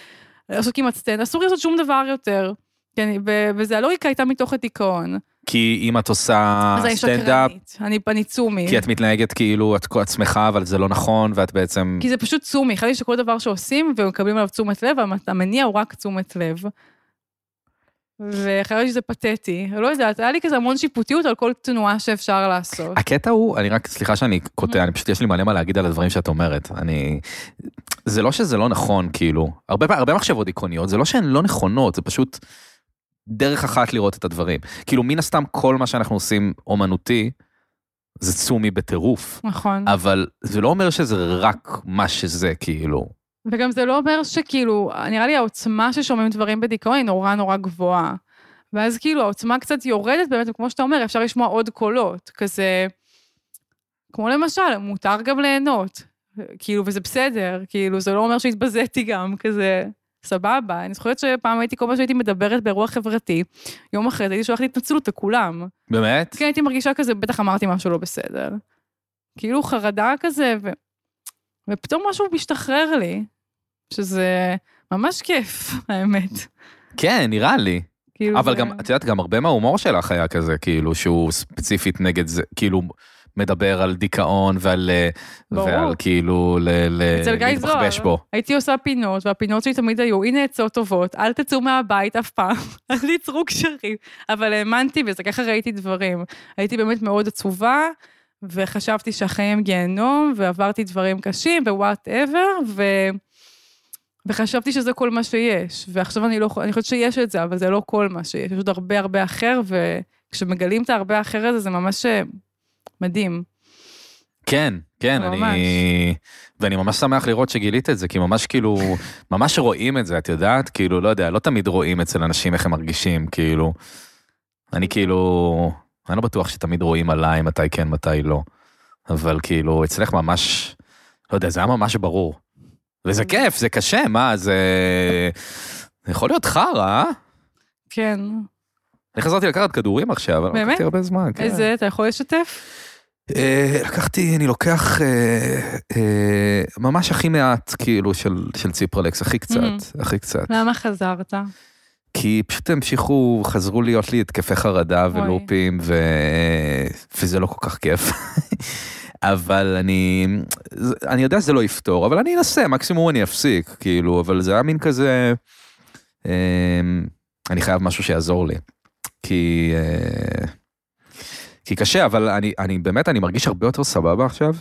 לעשות כמעט סטנד, אסור לי לעשות שום דבר יותר. כן, ו- וזה הלוגיקה הייתה מתוך הדיכאון.
כי אם את עושה
אז אני
אה, סטנדאפ,
שקרנית, אני, אני צומי.
כי את מתנהגת כאילו את את שמחה, אבל זה לא נכון, ואת בעצם...
כי זה פשוט צומי, חשבתי שכל דבר שעושים ומקבלים עליו תשומת לב, המת- המניע הוא רק תשומת לב. וחשבתי שזה פתטי. לא יודעת, היה לי כזה המון שיפוטיות על כל תנועה שאפשר לעשות.
הקטע הוא, אני רק, סליחה שאני קוטע, אני פשוט, יש לי מלא מה להגיד על הדברים שאת אומרת. אני... זה לא שזה לא נכון, כאילו. הרבה, פע- הרבה מחשבות דיכאוניות, זה לא שהן לא נכונות, זה פשוט דרך אחת לראות את הדברים. כאילו, מן הסתם, כל מה שאנחנו עושים אומנותי, זה צומי בטירוף.
נכון.
אבל זה לא אומר שזה רק מה שזה, כאילו.
וגם זה לא אומר שכאילו, נראה לי העוצמה ששומעים דברים בדיכאון היא נורא נורא גבוהה. ואז כאילו העוצמה קצת יורדת באמת, וכמו שאתה אומר, אפשר לשמוע עוד קולות, כזה... כמו למשל, מותר גם ליהנות. כאילו, וזה בסדר, כאילו, זה לא אומר שהתבזיתי גם, כזה, סבבה. אני זוכרת שפעם הייתי, כל פעם שהייתי מדברת באירוע חברתי, יום אחרי זה הייתי שולחת התנצלות לכולם.
באמת?
כן, הייתי מרגישה כזה, בטח אמרתי משהו לא בסדר. כאילו, חרדה כזה, ו... ופתאום משהו משתחרר לי, שזה ממש כיף, האמת.
כן, נראה לי.
כאילו,
אבל
זה-
גם, את יודעת, גם הרבה מההומור שלך היה כזה, כאילו, שהוא ספציפית נגד זה, כאילו, מדבר על דיכאון ועל... אה,
ברור.
ועל כאילו, ל... ל-
אצל גיא
להתבחבש
זוהר.
בו.
הייתי עושה פינות, והפינות שלי תמיד היו, הנה עצות טובות, אל תצאו מהבית אף פעם, אל תיצרו קשרים. אבל האמנתי בזה, ככה ראיתי דברים. הייתי באמת מאוד עצובה, וחשבתי שהחיים הם גיהנום, ועברתי דברים קשים, ווואטאבר, ו... וחשבתי שזה כל מה שיש. ועכשיו אני לא יכולה, אני חושבת שיש את זה, אבל זה לא כל מה שיש. יש עוד הרבה הרבה אחר, וכשמגלים את ההרבה האחר הזה, זה ממש אה, מדהים.
כן, כן, אני... ואני ממש שמח לראות שגילית את זה, כי ממש כאילו, ממש רואים את זה, את יודעת? כאילו, לא יודע, לא תמיד רואים אצל אנשים איך הם מרגישים, כאילו. אני כאילו, אני לא בטוח שתמיד רואים עליי מתי כן, מתי לא. אבל כאילו, אצלך ממש, לא יודע, זה היה ממש ברור. וזה
Mm.
כיף, זה קשה, מה, זה... זה יכול להיות חרא, אה?
כן.
אני חזרתי לקחת כדורים עכשיו, אבל לא
באמת?
לקחתי הרבה זמן. כן.
איזה, אתה יכול לשתף?
אה, לקחתי, אני לוקח אה, אה, ממש הכי מעט, כאילו, של, של ציפרלקס, הכי קצת,
Mhm.
הכי קצת.
למה חזרת?
כי פשוט המשיכו, חזרו להיות לי התקפי חרדה
אוי.
ולופים, ו... וזה לא כל כך כיף. אבל אני, זה- אני יודע שזה לא יפתור, אבל אני אנסה, מקסימום אני אפסיק, כאילו, אבל זה היה מין כזה, אה, אני חייב משהו שיעזור לי. כי, אה, כי קשה, אבל אני, אני באמת, אני מרגיש הרבה יותר סבבה עכשיו.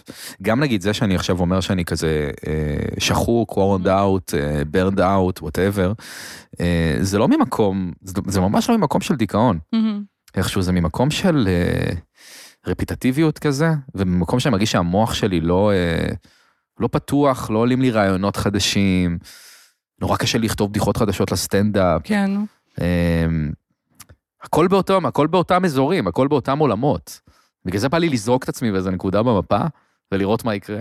גם נגיד זה שאני עכשיו אומר שאני כזה אה, שחוק, אה, וורנד אאוט, ברד אאוט, וואטאבר, זה לא ממקום, זה, זה ממש לא ממקום של דיכאון. איכשהו זה ממקום של אה, רפיטטיביות כזה, וממקום שאני מרגיש שהמוח שלי לא, אה, לא פתוח, לא עולים לי רעיונות חדשים, נורא קשה לכתוב בדיחות חדשות לסטנדאפ.
כן.
אה, הכל באותם, הכל באותם אזורים, הכל באותם עולמות. בגלל זה בא לי לזרוק את עצמי באיזה נקודה במפה, ולראות מה יקרה.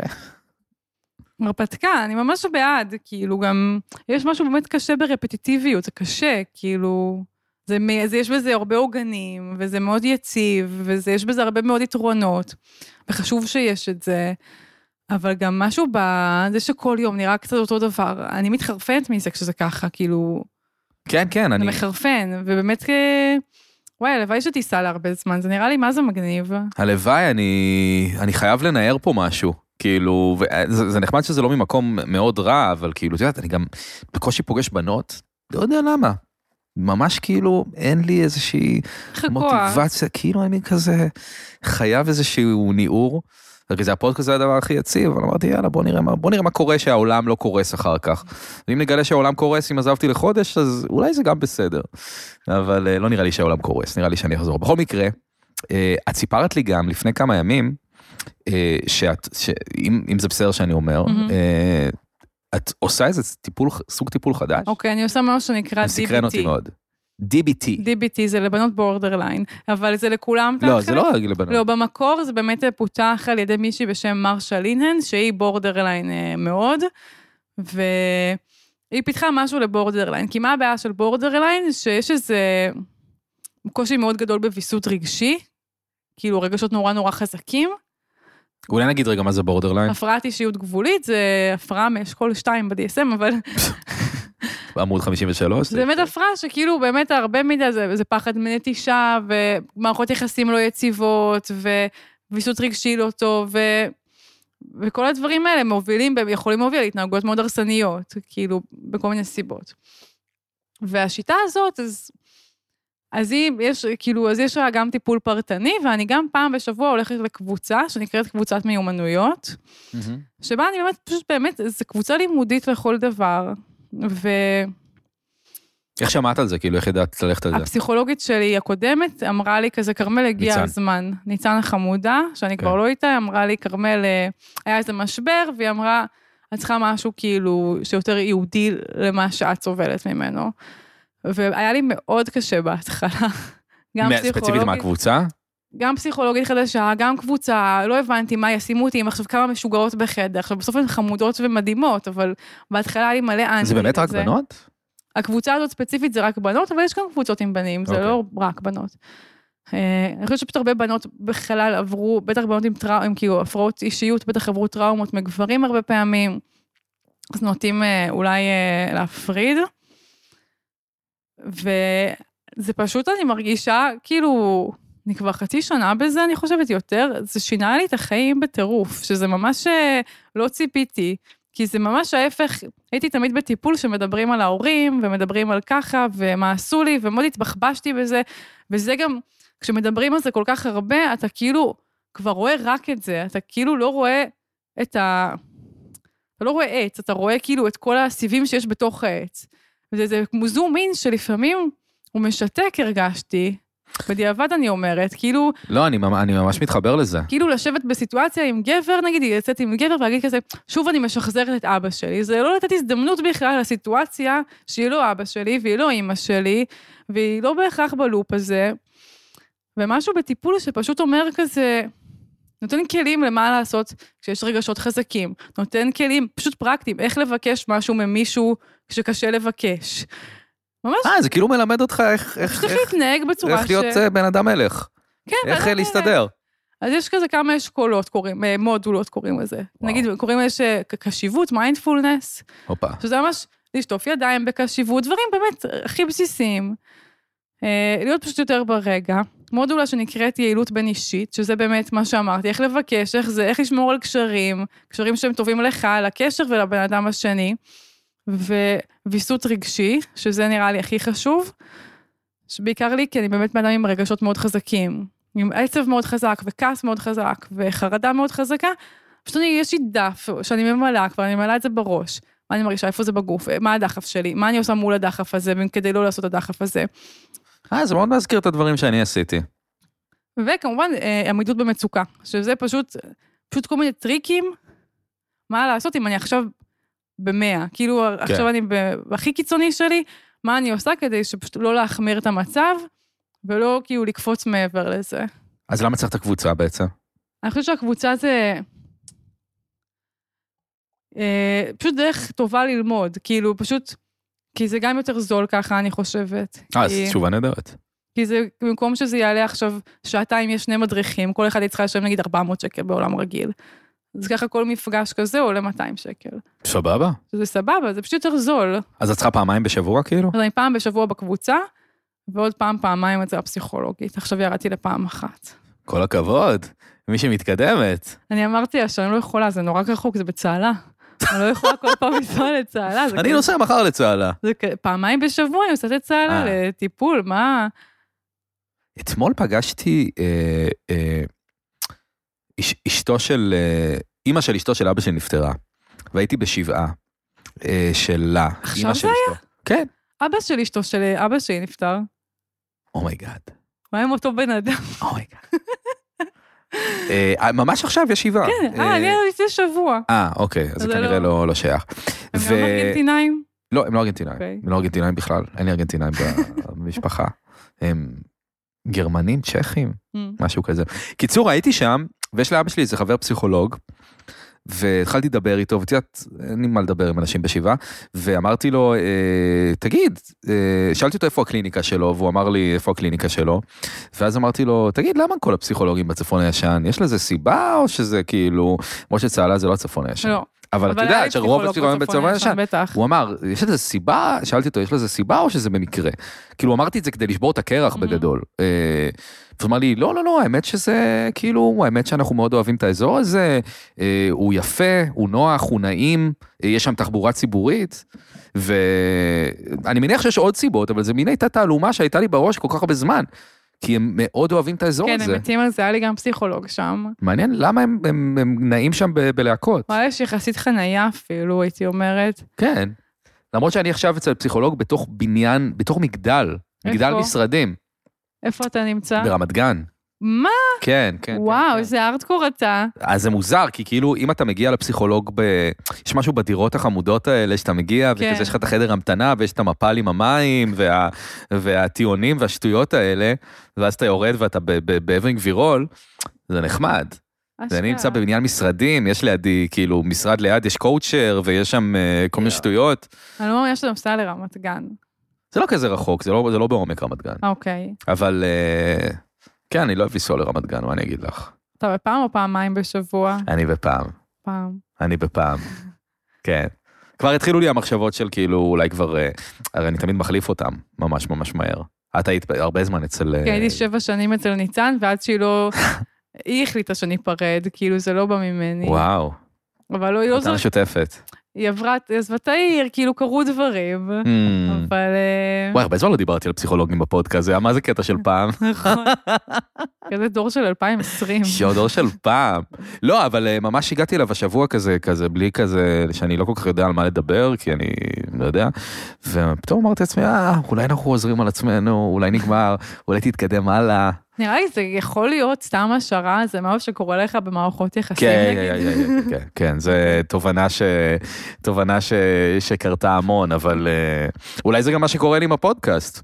הרפתקה, אני ממש בעד, כאילו גם, יש משהו באמת קשה ברפטיטיביות, זה קשה, כאילו, זה, מ- זה יש בזה הרבה עוגנים, וזה מאוד יציב, ויש בזה הרבה מאוד יתרונות, וחשוב שיש את זה, אבל גם משהו בזה שכל יום נראה קצת אותו דבר, אני מתחרפנת מזה כשזה ככה, כאילו,
כן, כן,
אני...
אני...
זה מחרפן, ובאמת, אה, וואי, הלוואי שתיסע להרבה זמן, זה נראה לי מה זה מגניב.
הלוואי, אני, אני חייב לנער פה משהו. כאילו, וזה, זה נחמד שזה לא ממקום מאוד רע, אבל כאילו, את יודעת, אני גם בקושי פוגש בנות, לא יודע למה. ממש כאילו, אין לי איזושהי
איך הכוח?
מוטיבציה, כאילו אני כזה חייב איזשהו ניעור. הרי זה הפודקאסט זה הדבר הכי יציב, אבל אמרתי, יאללה, בוא נראה, מה, בוא נראה מה קורה שהעולם לא קורס אחר כך. ואם נגלה שהעולם קורס, אם עזבתי לחודש, אז אולי זה גם בסדר. אבל אה, לא נראה לי שהעולם קורס, נראה לי שאני אחזור. בכל מקרה, אה, את סיפרת לי גם לפני כמה ימים, אה, שאת, ש- אם אם זה בסדר שאני אומר,
מהמם.
אה, את עושה איזה טיפול, סוג טיפול חדש?
אוקיי, אני עושה משהו שנקרא DBT.
סקרן אותי מאוד. DBT.
DBT זה לבנות בורדרליין, אבל זה לכולם
לא,
תכל'ס.
זה לא רגיל לבנות.
לא, במקור זה באמת פותח על ידי מישהי בשם מרשה לינהן, שהיא בורדרליין אה, מאוד, והיא פיתחה משהו לבורדרליין. כי מה הבעיה של בורדרליין? שיש איזה קושי מאוד גדול בוויסות רגשי, כאילו רגשות נורא נורא חזקים.
אולי נגיד רגע מה זה בורדרליין?
הפרעת אישיות גבולית זה הפרעה מאשכול 2 ב-DSM, אבל
עמוד 53?
זה באמת הפרעה שכאילו באמת הרבה מדי זה, זה פחד מנטישה, ומערכות יחסים לא יציבות, וויסות רגשי לא טוב, ו... וכל הדברים האלה מובילים, ב- יכולים להוביל להתנהגויות מאוד הרסניות, כאילו, בכל מיני סיבות. והשיטה הזאת, אז... אז היא, יש, כאילו, אז יש לה גם טיפול פרטני, ואני גם פעם בשבוע הולכת לקבוצה שנקראת קבוצת מיומנויות,
מהמם.
שבה אני באמת, פשוט באמת, זו קבוצה לימודית לכל דבר. ו...
איך שמעת על זה? כאילו, איך ידעת ללכת על זה?
הפסיכולוגית שלי הקודמת אמרה לי כזה, כרמל, הגיע
ניצן.
הזמן. ניצן החמודה, שאני כבר
כן.
לא איתה, אמרה לי, כרמל, אה, היה איזה משבר, והיא אמרה, את צריכה משהו כאילו שיותר יהודי למה שאת סובלת ממנו. והיה לי מאוד קשה בהתחלה. גם
מה- ספציפית
פסיכולוגית,
מהקבוצה?
גם פסיכולוגית חדשה, גם קבוצה, לא הבנתי מה ישימו אותי עם עכשיו כמה משוגעות בחדר. עכשיו, בסוף הן חמודות ומדהימות, אבל בהתחלה היה לי מלא אנטי.
זה באמת רק
כזה.
בנות?
הקבוצה הזאת ספציפית זה רק בנות, אבל יש גם קבוצות עם בנים, זה
אוקיי.
לא רק בנות. אה, אני חושבת שפשוט הרבה בנות בכלל עברו, בטח בנות עם טראומות, עם כאילו הפרעות אישיות, בטח עברו טראומות מגברים הרבה פעמים, אז נוטים אה, אולי אה, להפריד. וזה פשוט, אני מרגישה, כאילו, אני כבר חצי שנה בזה, אני חושבת יותר, זה שינה לי את החיים בטירוף, שזה ממש אה, לא ציפיתי, כי זה ממש ההפך, הייתי תמיד בטיפול שמדברים על ההורים, ומדברים על ככה, ומה עשו לי, ומאוד התבחבשתי בזה, וזה גם, כשמדברים על זה כל כך הרבה, אתה כאילו כבר רואה רק את זה, אתה כאילו לא רואה את ה... אתה לא רואה עץ, אתה רואה כאילו את כל הסיבים שיש בתוך העץ. וזה זה כמו זום אין שלפעמים הוא משתק, הרגשתי. בדיעבד אני אומרת, כאילו,
לא, אני ממ- אני ממש מתחבר לזה.
כאילו לשבת בסיטואציה עם גבר, נגיד, לצאת עם גבר ולהגיד כזה, שוב אני משחזרת את אבא שלי. זה לא לתת הזדמנות בכלל לסיטואציה שהיא לא אבא שלי והיא לא אימא שלי, והיא לא בהכרח בלופ הזה. ומשהו בטיפול שפשוט אומר כזה, נותן כלים למה לעשות כשיש רגשות חזקים. נותן כלים פשוט פרקטיים, איך לבקש משהו ממישהו כשקשה לבקש. ממש
אה, זה כאילו מלמד אותך איך- איך
צריך
איך-
להתנהג בצורה
איך להיות אה, בן אדם מלך.
כן,
איך
ואני
אה,
לא מבינה.
להסתדר.
אז יש כזה כמה אשכולות קוראים, אה, מודולות קוראים לזה.
וואו.
נגיד, קוראים לזה ש- קשיבות, מיינדפולנס,
הופה.
שזה ממש לשטוף ידיים בקשיבות, דברים באמת הכי בסיסיים. אה, להיות פשוט יותר ברגע. מודולה שנקראת יעילות בין אישית, שזה באמת מה שאמרתי, איך לבקש, איך זה, איך לשמור על קשרים, קשרים שהם טובים לך, לקשר ולבן אדם השני. וויסות רגשי, שזה נראה לי הכי חשוב, שבעיקר לי, כי אני באמת בן אדם עם רגשות מאוד חזקים, עם עצב מאוד חזק, וכעס מאוד חזק, וחרדה מאוד חזקה, פשוט אני, יש לי דף שאני ממלאה כבר, אני ממלאה את זה בראש. מה אני מרגישה, איפה זה בגוף, אה, מה הדחף שלי, מה אני עושה מול הדחף הזה, כדי לא לעשות את הדחף הזה.
אה, זה מאוד מזכיר את הדברים שאני עשיתי.
וכמובן, אה, עמידות במצוקה, שזה פשוט, פשוט כל מיני טריקים, מה לעשות אם אני עכשיו במאה, כאילו כן. עכשיו אני ב- הכי קיצוני שלי, מה אני עושה כדי שפשוט לא להחמיר את המצב, ולא כאילו לקפוץ מעבר לזה.
אז למה צריך את הקבוצה בעצם?
אני חושבת שהקבוצה זה... אה, פשוט דרך טובה ללמוד, כאילו, פשוט... כי זה גם יותר זול ככה, אני חושבת.
אה, זו
כי-
תשובה נהדרת.
כי זה, במקום שזה יעלה עכשיו שעתיים, יש שני מדריכים, כל אחד היא צריכה לשלם נגיד 400 שקל בעולם רגיל. אז ככה כל מפגש כזה עולה 200 שקל.
סבבה.
שזה סבבה, זה פשוט יותר זול.
אז את צריכה פעמיים בשבוע כאילו?
אז אני פעם בשבוע בקבוצה, ועוד פעם, פעמיים אצל הפסיכולוגית. עכשיו ירדתי לפעם אחת.
כל הכבוד, מי שמתקדמת.
אני אמרתי לה שאני לא יכולה, זה נורא רחוק, זה בצהלה. אני לא יכולה כל פעם לנסוע לצהלה.
אני
זה
לא-
כזה-
נוסע מחר לצהלה.
זה כ- פעמיים בשבוע אני עושה את צהלה
אה.
לטיפול, מה?
אתמול פגשתי אה, אה, אש, אשתו של, אה, אימא של אשתו של אבא שלי נפטרה, והייתי בשבעה אה, שלה,
עכשיו
אימא
זה
של אשתו. כן.
אבא של אשתו של אבא שלי נפטר.
אומייגאד,
מה עם אותו בן אדם?
אומייגאד. oh אה, ממש עכשיו יש שבעה.
כן,
אה,
אה, אני הייתי לפני שבוע.
אה, אוקיי, אז זה
זה
כנראה
לא-
לא, לא שייך.
הם גם ארגנטינאים?
לא, הם לא ארגנטינאים.
אוקיי.
הם לא ארגנטינאים בכלל, אין לי ארגנטינאים במשפחה. הם גרמנים, צ'כים,
אמ.
משהו כזה. קיצור, הייתי שם, ויש לאבא שלי איזה חבר פסיכולוג, והתחלתי לדבר איתו, ואת יודעת, אין לי מה לדבר עם אנשים בשבעה, ואמרתי לו, אה, תגיד, אה, שאלתי אותו איפה הקליניקה שלו, והוא אמר לי איפה הקליניקה שלו, ואז אמרתי לו, תגיד, למה כל הפסיכולוגים בצפון הישן, יש לזה סיבה, או שזה כאילו, כמו שצהלה זה לא הצפון הישן.
לא.
אבל את
אבל היה לי
יודעת שרוב
פסיכולוג
הפסיכולוגים בצפון הישן,
בטח.
הוא אמר, יש לזה סיבה? שאלתי אותו, יש לזה סיבה או שזה במקרה? כאילו, אמרתי את זה כדי לשבור את הקרח
מהמם.
בגדול. אה, אז הוא אמר לי, לא, לא, לא, האמת שזה, כאילו, האמת שאנחנו מאוד אוהבים את האזור הזה, אה, הוא יפה, הוא נוח, הוא נעים, אה, יש שם תחבורה ציבורית, ואני מניח שיש עוד סיבות, אבל זה מין הייתה תעלומה שהייתה לי בראש כל כך הרבה זמן, כי הם מאוד אוהבים את האזור
כן,
הזה.
הם מתים על זה, היה לי גם פסיכולוג שם.
מעניין למה הם, הם, הם נעים שם ב- בלהקות.
וואי, יש יחסית חנייה אפילו, הייתי אומרת.
כן. למרות שאני עכשיו אצל פסיכולוג בתוך בניין, בתוך מגדל, מגדל
איפה?
משרדים,
איפה אתה נמצא?
ברמת גן.
מה?
כן, כן.
וואו, איזה ארטקור אתה.
אז זה מוזר, כי כאילו, אם אתה מגיע לפסיכולוג ב... יש משהו בדירות החמודות האלה, שאתה מגיע,
כן.
וכזה יש לך את החדר המתנה, ויש את המפל עם המים, וה... והטיעונים והשטויות האלה, ואז אתה יורד ואתה ב- ב- באבן גבירול, זה נחמד. ואני נמצא
אשכרה.
בבניין משרדים, יש לידי, כאילו, משרד ליד, יש קואוצ'ר, ויש שם אה, כל מיני שטויות.
אני לא מאמינה שאתה נוסע לרמת גן.
זה לא כזה רחוק, זה לא, זה לא בעומק רמת גן.
אוקיי.
אבל אה, כן, אני לא אוהב לנסוע לרמת גן, מה אני אגיד לך?
אתה בפעם או פעמיים בשבוע?
אני בפעם,
פעם.
אני בפעם. כן. כבר התחילו לי המחשבות של כאילו, אולי כבר... אה, הרי אני תמיד מחליף אותם, ממש ממש מהר. את היית הרבה זמן אצל... אה,
כי הייתי שבע שנים אצל ניצן, ועד שהיא לא... היא החליטה שניפרד, כאילו זה לא בא ממני.
וואו,
אבל לא, היא לא
אותה
זוכרת,
משותפת.
היא עברה, היא עזבה את העיר, כאילו קרו דברים.
Hmm.
אבל... אה,
וואי, הרבה זמן לא דיברתי על פסיכולוגים בפודקאסט, זה היה מה זה קטע של פעם?
נכון. כזה דור של 2020.
שעודו של פעם. לא, אבל אה, ממש הגעתי אליו השבוע כזה, כזה, בלי כזה, שאני לא כל כך יודע על מה לדבר, כי אני לא יודע. ופתאום אמרתי לעצמי, אה, אולי אנחנו עוזרים על עצמנו, אולי נגמר, אולי תתקדם הלאה.
נראה לי זה יכול להיות סתם השערה, זה משהו שקורה לך במערכות יחסים,
כן,
נגיד.
כן, כן, כן, כן, כן, זה תובנה, ש... תובנה ש... שקרתה המון, אבל אה, אולי זה גם מה שקורה לי עם הפודקאסט. כן.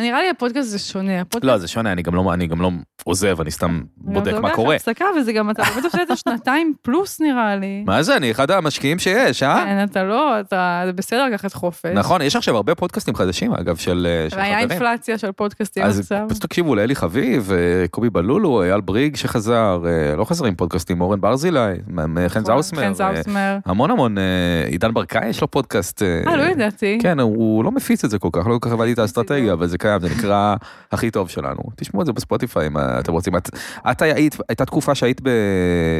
נראה לי הפודקאסט זה שונה. הפודקאסט
לא, זה שונה, אני גם לא, אני גם לא עוזב, אני סתם לא, בודק
לא
מה קורה.
זה הפסקה, וזה גם, אתה באמת עושה את זה שנתיים פלוס, נראה לי.
מה זה, אני אחד המשקיעים שיש, אה?
כן, אתה לא, אתה, זה בסדר לקחת חופש.
נכון, יש עכשיו הרבה פודקאסטים חדשים, אגב, של אה, של
והיה
חברים.
אינפלציה של פודקאסטים
אז
עכשיו.
פשוט תקשיבו לאלי חביב, אה, קובי בלולו, אייל בריג שחזר, אה, לא חזרים פודקאסטים, אורן ברזילי, מ- מ- חן זאוסמר,
נכון, חן
אה,
זאוסמר.
המון המון, אה, עידן ברקאי יש לו פודקאסט.
אה, לא ידעתי.
כן, הוא- הוא לא מפיץ את זה כל כך, לא כל כך הבנתי את האסטרטגיה,
לא.
אבל זה קיים, זה נקרא הכי טוב שלנו. תשמעו את זה בספוטיפיי אם אה, אתם רוצים. את- את היית, הייתה תקופה שהיית
אני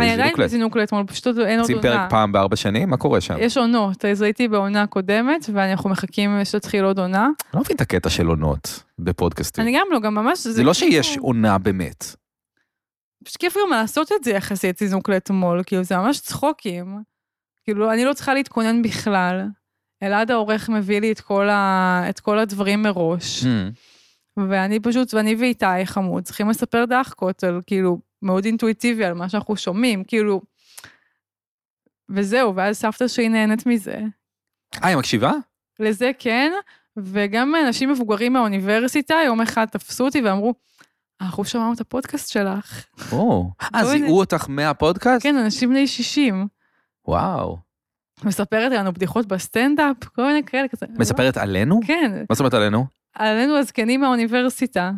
עדיין
בזינוקלט,
בזינוקלט אתמול, פשוט עוד- אין עוד
עושים
עונה. אה,
פרק פעם בארבע שנים, מה קורה שם?
יש עונות, אז הייתי בעונה קודמת, ואנחנו מחכים שתתחיל עוד עונה.
אני לא מבין את הקטע של עונות בפודקאסטים.
אני גם לא, גם ממש...
זה לא
כאילו-
שיש עונה באמת.
פשוט כיף גם לעשות את זה יחסית זינוקלט מול, כאילו זה ממש צחוקים. כאילו, אני לא צריכה להתכונן בכלל. אלעד העורך מביא לי את כל, ה... את כל הדברים מראש, ואני פשוט, ואני ואיתי חמוד, צריכים לספר דחקות על, כאילו, מאוד אינטואיטיבי על מה שאנחנו שומעים, כאילו... וזהו, ואז סבתא שלי נהנית מזה.
אה, היא מקשיבה?
לזה כן, וגם אנשים מבוגרים מהאוניברסיטה, יום אחד תפסו אותי ואמרו, אנחנו שמענו את הפודקאסט שלך.
או. אה,
בואי
זיהו אותך מהפודקאסט?
כן, לא. אנשים בני 60.
וואו.
מספרת לנו בדיחות בסטנדאפ, כל מיני כאלה כזה.
מספרת עלינו?
כן,
מה זאת אומרת עלינו?
עלינו הזקנים מהאוניברסיטה.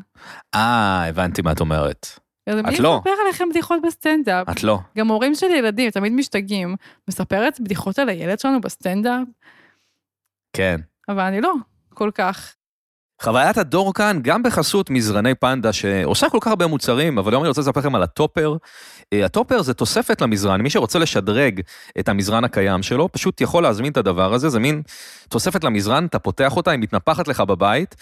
אה, הבנתי מה את אומרת.
אז מי
לא.
מספר עליכם בדיחות בסטנדאפ?
את לא.
גם הורים של ילדים תמיד משתגעים. מספרת בדיחות על הילד שלנו בסטנדאפ?
כן.
אבל אני לא, כל כך.
חוויית הדור כאן, גם בחסות מזרני פנדה, שעושה כל כך הרבה מוצרים, אבל היום אני רוצה לספר לכם על הטופר. אה, הטופר זה תוספת למזרן, מי שרוצה לשדרג את המזרן הקיים שלו, פשוט יכול להזמין את הדבר הזה, זה מין תוספת למזרן, אתה פותח אותה, היא מתנפחת לך בבית,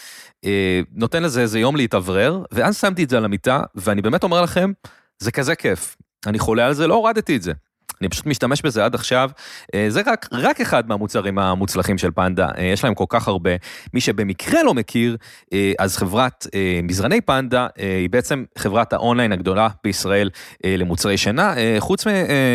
אה, נותן לזה איזה יום להתאוורר, ואז שמתי את זה על המיטה, ואני באמת אומר לכם, זה כזה כיף. אני חולה על זה, לא הורדתי את זה. אני פשוט משתמש בזה עד עכשיו. אה, זה רק, רק אחד מהמוצרים המוצלחים של פנדה, אה, יש להם כל כך הרבה. מי שבמקרה לא מכיר, אה, אז חברת אה, מזרני פנדה אה, היא בעצם חברת האונליין הגדולה בישראל אה, למוצרי שינה. אה, חוץ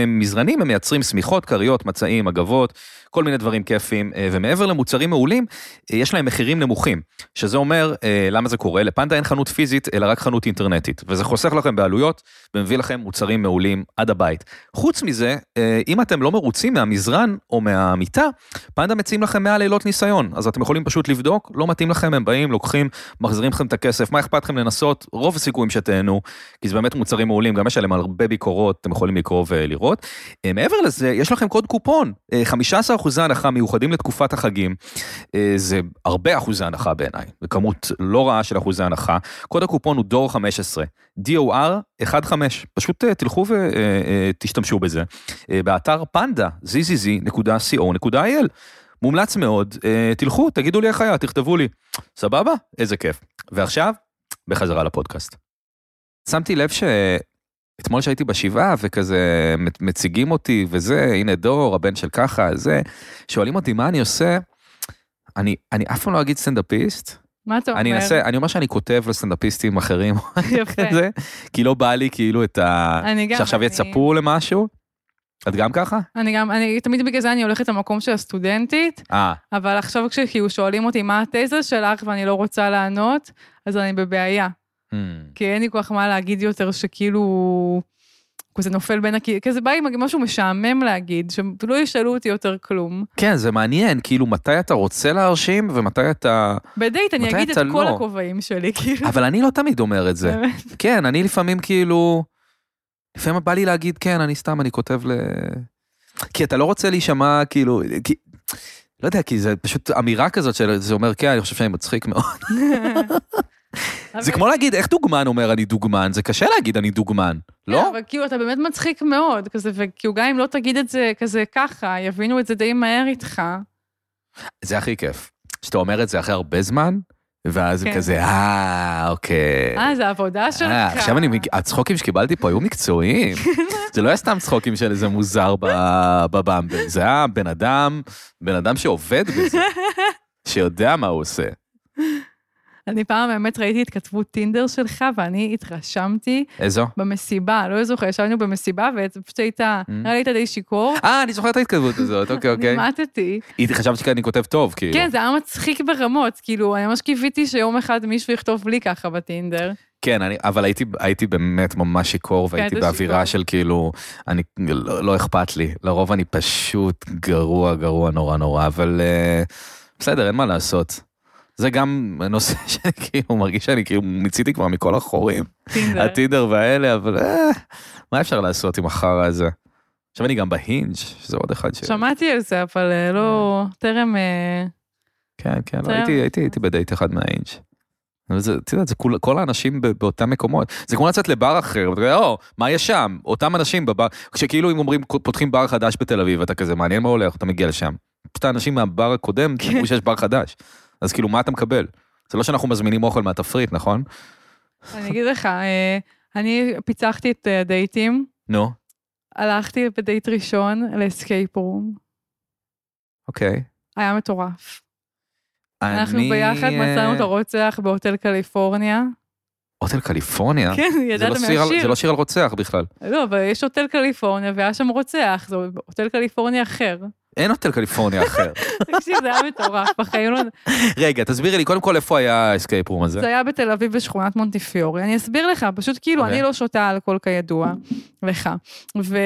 ממזרנים, הם מייצרים שמיכות, כריות, מצעים, אגבות, כל מיני דברים כיפיים, אה, ומעבר למוצרים מעולים, אה, יש להם מחירים נמוכים. שזה אומר, אה, למה זה קורה? לפנדה אין חנות פיזית, אלא רק חנות אינטרנטית, וזה חוסך לכם בעלויות ומביא לכם מוצרים מעולים עד הבית. חוץ מזה, אה, אם אתם לא מרוצים מהמזרן או מהמיטה, פנדה מציעים לכם 100 לילות ניסיון, אז אתם יכולים פשוט לבדוק, לא מתאים לכם, הם באים, לוקחים, מחזירים לכם את הכסף, מה אכפת לכם לנסות? רוב הסיכויים שתהנו, כי זה באמת מוצרים מעולים, גם יש עליהם הרבה ביקורות, אתם יכולים לקרוא ולראות. אה, מעבר לזה, יש לכם קוד קופון, אה, 15% הנחה מיוחדים לתקופת החגים. אה, זה הרבה אחוזי הנחה בעיניי, זו כמות לא רעה של אחוזי הנחה. קוד הקופון הוא דור 15, DOR 15, פשוט אה, תלכו ותשתמשו בזה. אה, באתר פנדה, zzz.co.il. מומלץ מאוד, אה, תלכו, תגידו לי איך היה, תכתבו לי. סבבה? איזה כיף. ועכשיו, בחזרה לפודקאסט. שמתי לב ש... אתמול שהייתי בשבעה וכזה מ- מציגים אותי וזה, הנה דור, הבן של ככה, זה, שואלים אותי מה אני עושה, אני, אני אף פעם לא אגיד סטנדאפיסט,
מה אתה אומר?
אני אנסה, אני אומר שאני כותב לסטנדאפיסטים אחרים
יפה.
את זה, כי לא בא לי כאילו את ה...
אני כן. גם...
שעכשיו
אני-
יצפו למשהו. את גם ככה?
אני גם, אני תמיד בגלל זה אני הולכת למקום של הסטודנטית,
אה,
אבל עכשיו כשכאילו שואלים אותי מה התזה שלך ואני לא רוצה לענות, אז אני בבעיה.
hmm,
כי אין לי כל כך מה להגיד יותר שכאילו... כזה נופל בין הכי... כזה בא לי משהו משעמם להגיד, שלא ישאלו אותי יותר כלום.
כן, זה מעניין, כאילו מתי אתה רוצה להרשים ומתי אתה...
בדייט אני
מתי
אגיד את
אתה
כל
לא?
הכובעים שלי, כאילו.
אבל אני לא תמיד אומר את זה.
באמת.
כן, אני לפעמים כאילו... לפעמים בא לי להגיד, כן, אני סתם, אני כותב ל... כי אתה לא רוצה להישמע כאילו... כי... לא יודע, כי זה פשוט אמירה כזאת שזה אומר, כן, אני חושב שאני מצחיק מאוד. זה
אבל-
כמו להגיד, איך דוגמן אומר אני דוגמן? זה קשה להגיד אני דוגמן,
כן,
לא?
אבל כאילו, אתה באמת מצחיק מאוד, כזה, וכאילו, גם אם לא תגיד את זה כזה ככה, יבינו את זה די מהר איתך.
זה הכי כיף. שאתה אומר את זה אחרי הרבה זמן, ואז
כן.
כזה, אה, אוקיי.
אה, זה העבודה שלך.
אה, עכשיו אני, מג- הצחוקים שקיבלתי פה היו מקצועיים. זה לא היה סתם צחוקים של איזה מוזר ב- בבמבל, זה היה בן אדם, בן אדם שעובד בזה, שיודע מה הוא עושה.
אני פעם באמת ראיתי התכתבות טינדר שלך, ואני התרשמתי
איזו?
במסיבה, לא זוכר, ישבנו במסיבה, ופשוט היית, נראה לי היית די שיכור.
אה, אני זוכר את ההתכתבות הזאת, אוקיי, Mm. אוקיי.
נמעטתי.
היא- חשבתי שאני כותב טוב, כאילו.
כן, זה היה מצחיק ברמות, כאילו, אני ממש קיוויתי שיום אחד מישהו יכתוב לי ככה בטינדר.
כן, אני, אבל הייתי, הייתי באמת ממש שיכור, והייתי
אתה
באווירה
שיכור.
של כאילו, אני, לא, לא אכפת לי. לרוב אני פשוט גרוע, גרוע נורא נורא, אבל אה, בסדר, אין מה לעשות. זה גם נושא שאני כאילו מרגיש שאני כאילו מיציתי כבר מכל החורים.
טינדר.
הטינדר והאלה, אבל אה, מה אפשר לעשות עם החרא הזה? עכשיו אני גם בהינג', שזה עוד אחד ש...
שמעתי על זה, אבל אה, לא, טרם... אה,
כן, כן, לא,
בסדר.
הייתי, הייתי, הייתי בדייט אחד מהאינג'. אבל זה, את יודעת, זה כל, כל האנשים ב, באותם מקומות. זה כמו לצאת לבר אחר, ואתה אומר, או, מה יש שם? אותם אנשים בבר, כשכאילו אם אומרים, פותחים בר חדש בתל אביב, אתה כזה, מעניין מה הולך, אתה מגיע לשם. פשוט האנשים מהבר הקודם,
כן.
אמרו שיש בר חדש. אז כאילו, מה אתה מקבל? זה לא שאנחנו מזמינים אוכל מהתפריט, נכון?
אני אגיד לך, אה, אני פיצחתי את אה, הדייטים,
נו,
הלכתי בדייט ראשון לאסקייפ רום,
אוקיי.
היה מטורף. אנחנו
אני,
ביחד
אה,
מצאנו את הרוצח בהוטל קליפורניה.
הוטל קליפורניה?
כן,
זה
ידעת
לא שיר על- זה
מהשיר.
לא שיר על רוצח בכלל.
לא, אבל יש הוטל קליפורניה והיה שם רוצח, זה הוטל קליפורניה אחר.
אין הוטל קליפורניה אחר.
תקשיב, זה היה מטורף, בחיים לא...
רגע, תסבירי לי, קודם כל, איפה היה האסקייפ רום הזה?
זה היה בתל אביב בשכונת מונטיפיורי. אני אסביר לך, פשוט כאילו,
אוקיי.
אני לא שותה אלכוהול כידוע, לך. ו...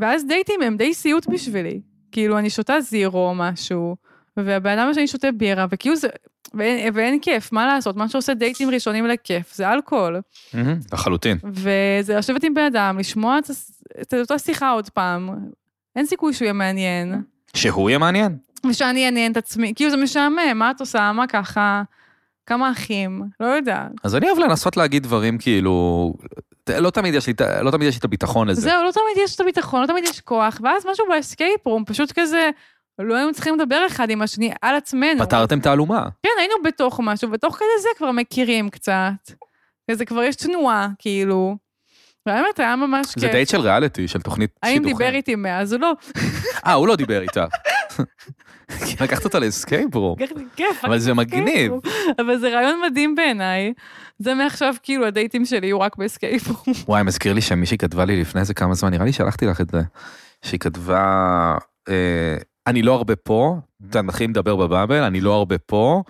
ואז דייטים הם די סיוט בשבילי. כאילו, אני שותה זירו או משהו, והבן אדם שאני שותה בירה, וכאילו זה... ואין, ואין כיף, מה לעשות? מה שעושה דייטים ראשונים לכיף זה אלכוהול.
מהמם, לחלוטין.
וזה לשבת עם בן אדם, לשמוע את, הס- את אותה שיחה עוד פעם. אין סיכוי שהוא יהיה מעניין.
שהוא יהיה מעניין?
ושאני אעניין את עצמי, כאילו זה משעמם, מה את עושה, מה ככה, כמה אחים, לא יודעת.
אז אני אוהב לנסות להגיד דברים כאילו, ת- לא תמיד יש לי, את ה- לא תמיד יש לי את הביטחון לזה.
זהו, לא תמיד יש את הביטחון, לא תמיד יש כוח, ואז משהו באסקייפ רום, פשוט כזה, לא היינו צריכים לדבר אחד עם השני על עצמנו.
פתרתם תעלומה.
כן, היינו בתוך משהו, ותוך כדי זה כבר מכירים קצת. וזה כבר יש תנועה, כאילו. והאמת, היה ממש
זה
כיף.
דייט של ריאליטי, של תוכנית
האם
שידוכים.
דיבר איתי מאז או לא?
אה, הוא לא דיבר איתה. לקחת אותה לאסקייפ רום.
איך זה כיף.
אבל זה
רק
מגניב.
באסקייפ רום. אבל זה רעיון מדהים בעיניי. זה מעכשיו, כאילו, הדייטים שלי יהיו רק באסקייפ רום.
וואי, מזכיר לי שמישהי כתבה לי לפני איזה כמה זמן, נראה לי שלחתי לך את זה, שהיא כתבה, אה, אני לא הרבה פה, אתה מתחיל לדבר בבאבל, אני לא הרבה פה,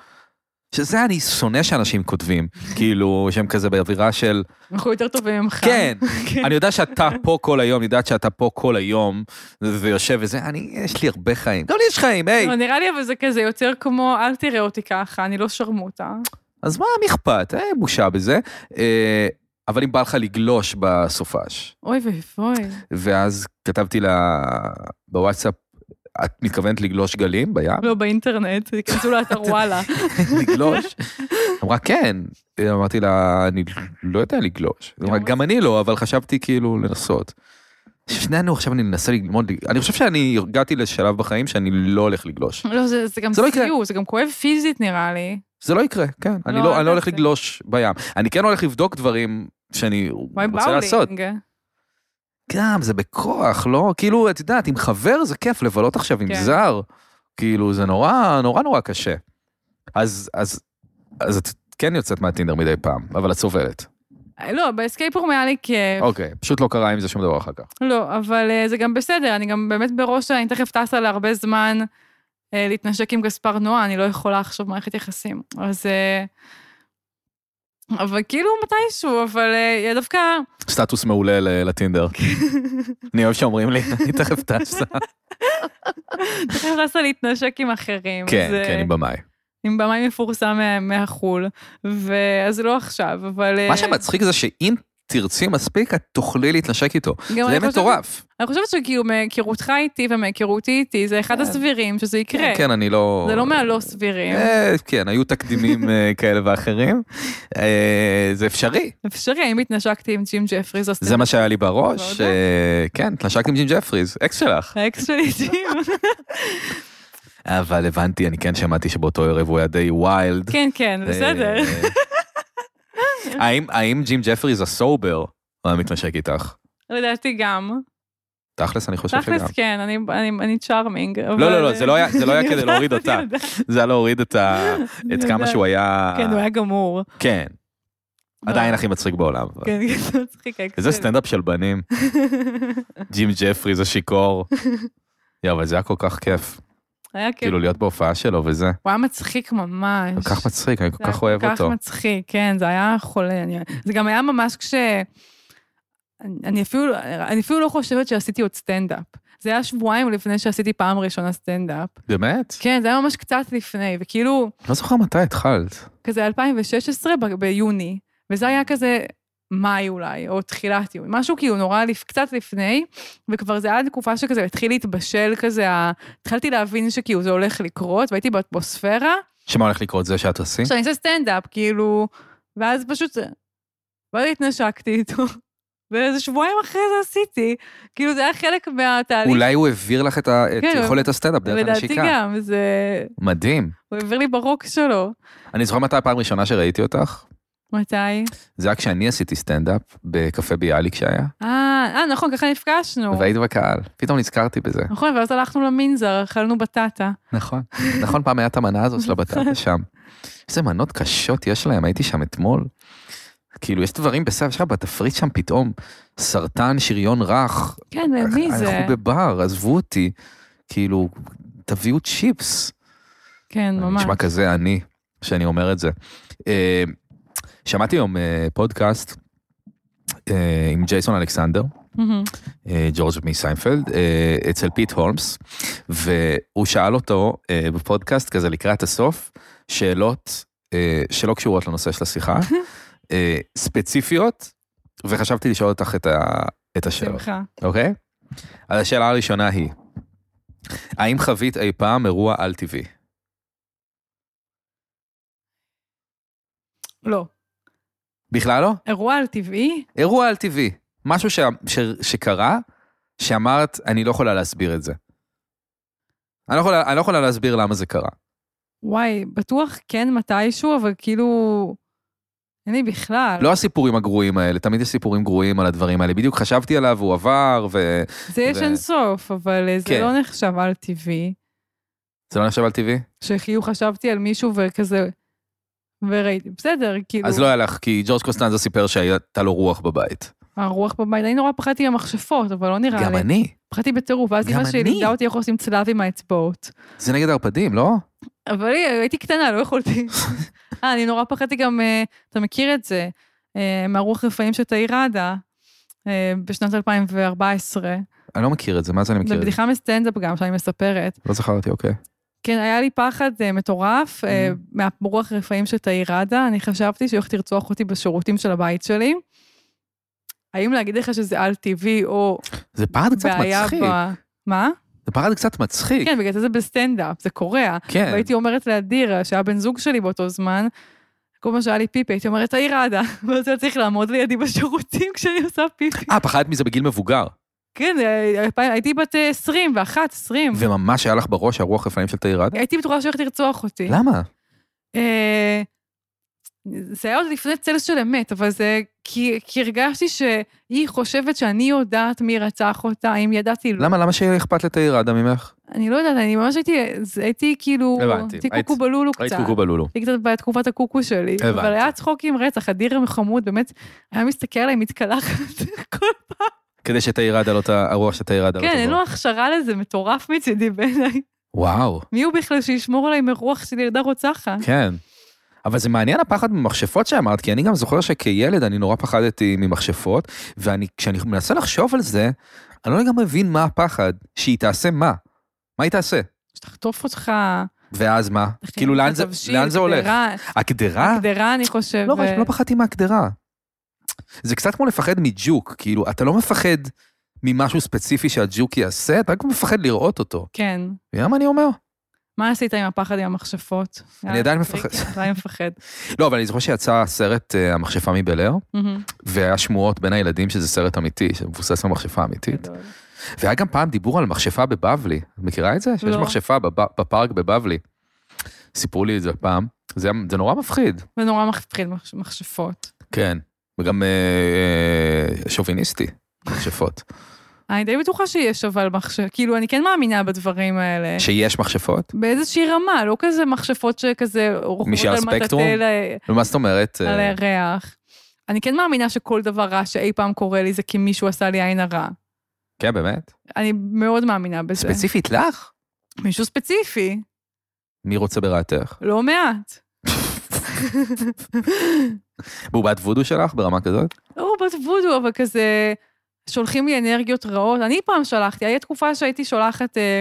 שזה אני שונא שאנשים כותבים, כאילו, שהם כזה באווירה של,
אנחנו יותר טובים ממך.
כן,
כן.
אני יודע שאתה פה כל היום, אני יודעת שאתה פה כל היום, ויושב וזה, אני, יש לי הרבה חיים. גם לי יש חיים, היי.
לא, נראה לי אבל זה כזה יותר כמו, אל תראה אותי ככה, אני לא שרמוטה.
אז מה, מי אכפת? אה, בושה בזה. אה, אבל אם בא לך לגלוש בסופש,
אוי ואבוי.
ואז כתבתי לה בוואטסאפ, את מתכוונת לגלוש גלים בים?
לא, באינטרנט, תיכנסו לאתר וואלה.
לגלוש? אמרה, כן. אמרתי לה, אני לא יודע לגלוש. אמרה, גם אני לא, אבל חשבתי כאילו לנסות. שנינו עכשיו אני מנסה ללמוד, אני חושב שאני הגעתי לשלב בחיים שאני לא הולך לגלוש.
לא, זה זה גם
זה לא יקרה.
סיוט, זה גם כואב פיזית נראה לי.
זה לא יקרה, כן. אני
לא,
לא,
אל
אני לא הולך
תעשה.
לגלוש בים. אני כן הולך לבדוק דברים שאני
וואי,
רוצה לעשות.
באולינג.
גם, זה בכוח, לא? כאילו, את יודעת, עם חבר זה כיף, לבלות עכשיו עם
כן.
זר. כאילו, זה נורא, נורא נורא קשה. אז, אז אז את כן יוצאת מהטינדר מדי פעם, אבל את סובלת.
לא, באסקייפ רום היה לי כיף.
אוקיי, פשוט לא קרה עם זה שום דבר אחר כך.
לא, אבל אה, זה גם בסדר, אני גם באמת בראש, אה, אני תכף טסה להרבה זמן אה, להתנשק עם גספר נועה, אני לא יכולה עכשיו מערכת יחסים. אז... אה, אבל כאילו מתישהו, אבל אה, דווקא...
סטטוס מעולה ל- לטינדר.
כן.
אני אוהב שאומרים לי, אני תכף טסה.
תכף טסה להתנשק עם אחרים. אז,
כן,
אה,
כן, עם במאי.
עם במאי מפורסם מה- מהחול, ואז לא עכשיו, אבל... אה,
מה שמצחיק זה שאם תרצי מספיק, את תוכלי להתנשק איתו. זה
גם אני חושבת-
מטורף.
אני חושבת שכאילו מהיכרותך איתי ומהיכרותי איתי, זה אחד
כן.
הסבירים שזה יקרה.
כן, אני לא...
זה לא מהלא סבירים.
אה, כן, היו תקדימים אה, כאלה ואחרים. אה, זה אפשרי.
אפשרי, אם התנשקתי עם ג'ים ג'פריז, אז...
זה מה שהיה לי בראש.
ועוד איך.
אה, כן, התנשקת עם ג'ים ג'פריז, אקס שלך.
האקס שלי ג'ים.
אבל הבנתי, אני כן שמעתי שבאותו ערב הוא היה די ויילד.
כן, כן, בסדר.
אה, האם- האם ג'ים ג'פריז הסובר היה מתנשק איתך?
לדעתי גם.
תכלס, אני אה. חושב שגם.
תכלס, כן, אני- אני- אני צ'ארמינג.
לא, לא, לא, זה לא היה- זה לא היה כדי להוריד אותה.
אני יודעת,
זה היה להוריד את ה-
אני
את כמה
יודעת.
שהוא היה...
כן, הוא היה גמור.
כן, עדיין
לא.
הכי מצחיק בעולם.
כן, כן, זה מצחיק. האקס
איזה
שלי.
סטנדאפ של בנים. ג'ים ג'פריז השיכור. יא, אבל זה היה כל כך כיף.
כן. היה כיף.
כאילו להיות בהופעה שלו וזה.
הוא היה מצחיק ממש.
כל כך מצחיק, אני
זה
כל
היה
כך אוהב
כל
אותו.
כך מצחיק, כן, זה היה חולה. אני- זה גם היה ממש כש... אני- אני אפילו, אני אפילו לא חושבת שעשיתי עוד סטנדאפ. זה היה שבועיים לפני שעשיתי פעם ראשונה סטנדאפ.
באמת?
כן, זה היה ממש קצת לפני, וכאילו,
לא זוכר מתי התחלת.
כזה 2016 ב- ביוני, וזה היה כזה מאי אולי, או תחילת יוני, משהו כאילו נורא לפ... קצת לפני, וכבר זה היה תקופה שכזה התחיל להתבשל כזה, ה- התחלתי להבין שכאילו זה הולך לקרות, והייתי באטמוספירה,
שמה הולך לקרות זה שאת עושים?
עכשיו אני עושה סטנדאפ, כאילו, ואז פשוט, ואז התנשקתי איתו, ואיזה שבועיים אחרי זה עשיתי, כאילו זה היה חלק מהתהליך.
אולי הוא העביר לך את ה- את
כן,
יכולת הסטנדאפ דרך
לדעתי
הנשיקה.
גם, זה...
מדהים.
הוא העביר לי ברוק שלו.
אני זוכר מתי הפעם הראשונה שראיתי אותך.
מתי?
זה היה כשאני עשיתי סטנדאפ בקפה ביאליק שהיה,
אה, אה, נכון, ככה נפגשנו.
והיית בקהל. פתאום נזכרתי בזה.
נכון, ואז הלכנו למנזר, אכלנו בטטה.
נכון. נכון, פעם היה את המנה הזו של הבטטה שם. איזה מנות קשות יש להם, הייתי שם אתמול. כאילו, יש דברים בסדר, יש לך בתפריט שם פתאום סרטן, שריון רך.
כן, למי זה?
אנחנו בבר, עזבו אותי. כאילו, תביאו צ'יפס.
כן,
אני
ממש.
נשמע כזה עני שאני אומר את זה. אה, שמעתי היום אה, פודקאסט אה, עם ג'ייסון אלכסנדר,
מהמם.
אה, ג'ורג' מסיינפלד, אה, אצל פיט הולמס, והוא שאל אותו אה, בפודקאסט כזה לקראת הסוף, שאלות אה, שלא קשורות לנושא של השיחה, אה, ספציפיות, וחשבתי לשאול אותך את, ה, את השאלות,
שמחה.
אוקיי? אז השאלה הראשונה היא, האם חווית אי פעם אירוע על-טבעי?
לא.
בכלל לא?
אירוע על טבעי?
אירוע על-טבעי, משהו ש, ש, שקרה, שאמרת, אני לא יכולה להסביר את זה. אני לא, יכולה, אני לא יכולה להסביר למה זה קרה.
וואי, בטוח כן מתישהו, אבל כאילו... אין לי בכלל.
לא הסיפורים הגרועים האלה, תמיד יש סיפורים גרועים על הדברים האלה. בדיוק חשבתי עליו, הוא עבר, וזה
זה יש
ו-
אין סוף, אבל אה, זה
כן.
לא נחשב על טבעי.
לא נחשב על טבעי?
כאילו- שכאילו חשבתי על מישהו וכזה, וראיתי, בסדר, כאילו,
אז לא היה לך, כי ג'ורג' קוסטנזה סיפר שהייתה לו רוח בבית.
הרוח בבית, אני נורא פחדתי מהמכשפות, אבל לא נראה
גם
לי.
אני.
פחדתי בטירוף, ואז
גם
אמא שלי
אני.
לימדה אותי איך עושים צלב עם האצבעות.
זה נגד ערפדים, לא?
אבל היא- הייתי קטנה, לא יכולתי. אה, אני נורא פחדתי גם, אה, אתה מכיר את זה, אה, מהרוח רפאים של תאיר ראדה, אה, בשנת 2014.
אני לא מכיר את זה, מה זה אני
זו
מכיר את זה?
בדיחה מסטנדאפ גם, שאני מספרת.
לא זכרתי, אוקיי.
כן, היה לי פחד אה, מטורף אה,
Mhm.
מהרוח רפאים של תאיר ראדה. אני חשבתי שהיא הולכת לרצוח אותי בשירותים של הבית שלי. האם להגיד לך שזה על-טבעי או
אה, זה פחד קצת
בעיה
מצחיק.
ב... מה?
זה פחד קצת מצחיק.
כן, בגלל זה זה בסטנדאפ, זה קורע.
כן.
והייתי אומרת לאדיר, שהיה בן זוג שלי באותו זמן, כל פעם שהיה לי פיפי, הייתי אומרת, תאיר ראדה. ואז היה צריך לעמוד לידי בשירותים כשאני עושה פיפי.
אה, פחדת מזה בגיל מבוגר.
כן, אה, אלפיים- הייתי בת אה, 20, ואחת, 20.
וממש היה לך בראש הרוח רפאים של תאיר ראדה?
כן. הייתי בטוחה שהיא הולכת לרצוח אותי.
למה?
אה, זה היה עוד לפני צלס של אמת, אבל זה... כי, כי הרגשתי שהיא חושבת שאני יודעת מי רצח אותה, אם ידעתי...
למה, למה שיהיה אכפת לתאיר אדם ממך?
אני לא יודעת, אני ממש הייתי... זה- הייתי כאילו...
הבנתי.
הייתי
היית-
קוקו בלולו קצת.
ראית קוקו בלולו.
הייתי קצת בתקופת הקוקו שלי.
הבנתי.
אבל היה צחוק עם רצח, אדיר חמוד, באמת, היה מסתכל עליי מתקלחת כל
כדי שתאיר אדם לא ת... הרוח שתאיר אדם לא
כן,
תבוא.
אין לו הכשרה לזה, מטורף מצידי בעיניי.
וואו,
מי הוא בכלל שישמור עליי מרוח של ילדה רוצחת?
כן. אבל זה מעניין הפחד ממכשפות שאמרת, כי אני גם זוכר שכילד אני נורא פחדתי ממכשפות, וכשאני מנסה לחשוב על זה, אני לא לגמרי מבין מה הפחד, שהיא תעשה מה. מה היא תעשה?
שתחטוף אותך.
ואז מה?
תכין
כאילו,
לך
לאן זה-
תבשיל,
לאן זה הולך?
גדרה-
הקדרה?
גדרה, אני חושבת.
לא, רק לא פחדתי מהקדרה. זה קצת כמו לפחד מג'וק, כאילו, אתה לא מפחד ממשהו ספציפי שהג'וק יעשה, אתה רק מפחד לראות אותו.
כן.
אתה יודע מה אני אומר?
מה עשית עם הפחד עם המכשפות?
אני עדיין מפחד.
אני עדיין מפחד.
לא, אבל אני זוכר שיצא סרט אה, המכשפה מבל אר,
מהמם.
והיה שמועות בין הילדים שזה סרט אמיתי, שמבוסס על מכשפה אמיתית.
גדול.
והיה גם פעם דיבור על מכשפה בבבלי. את מכירה את זה? שיש
לא.
מכשפה בב- בפארק בבבלי. סיפרו לי את זה פעם. זה היה- זה נורא מפחיד.
זה נורא מפחיד מכש- מכשפות.
כן. וגם אה, אה, שוביניסטי, מכשפות.
אני די בטוחה שיש אבל מכשפות, כאילו, אני כן מאמינה בדברים האלה.
שיש מכשפות?
באיזושהי רמה, לא כזה מכשפות שכזה רוכבות
משאר
על
ספקטרום?
מטאטל אה,
נו, מה זאת אומרת?
על
אה,
הירח. אני כן מאמינה שכל דבר רע שאי פעם קורה לי זה כי מישהו עשה לי עין הרע.
כן, באמת?
אני מאוד מאמינה בזה.
ספציפית לך?
מישהו ספציפי,
מי רוצה ברעתך?
לא מעט.
בובת וודו שלך ברמה כזאת?
לא רובת וודו, אבל כזה, שולחים לי אנרגיות רעות. אני פעם שלחתי, הייתה תקופה שהייתי שולחת אה,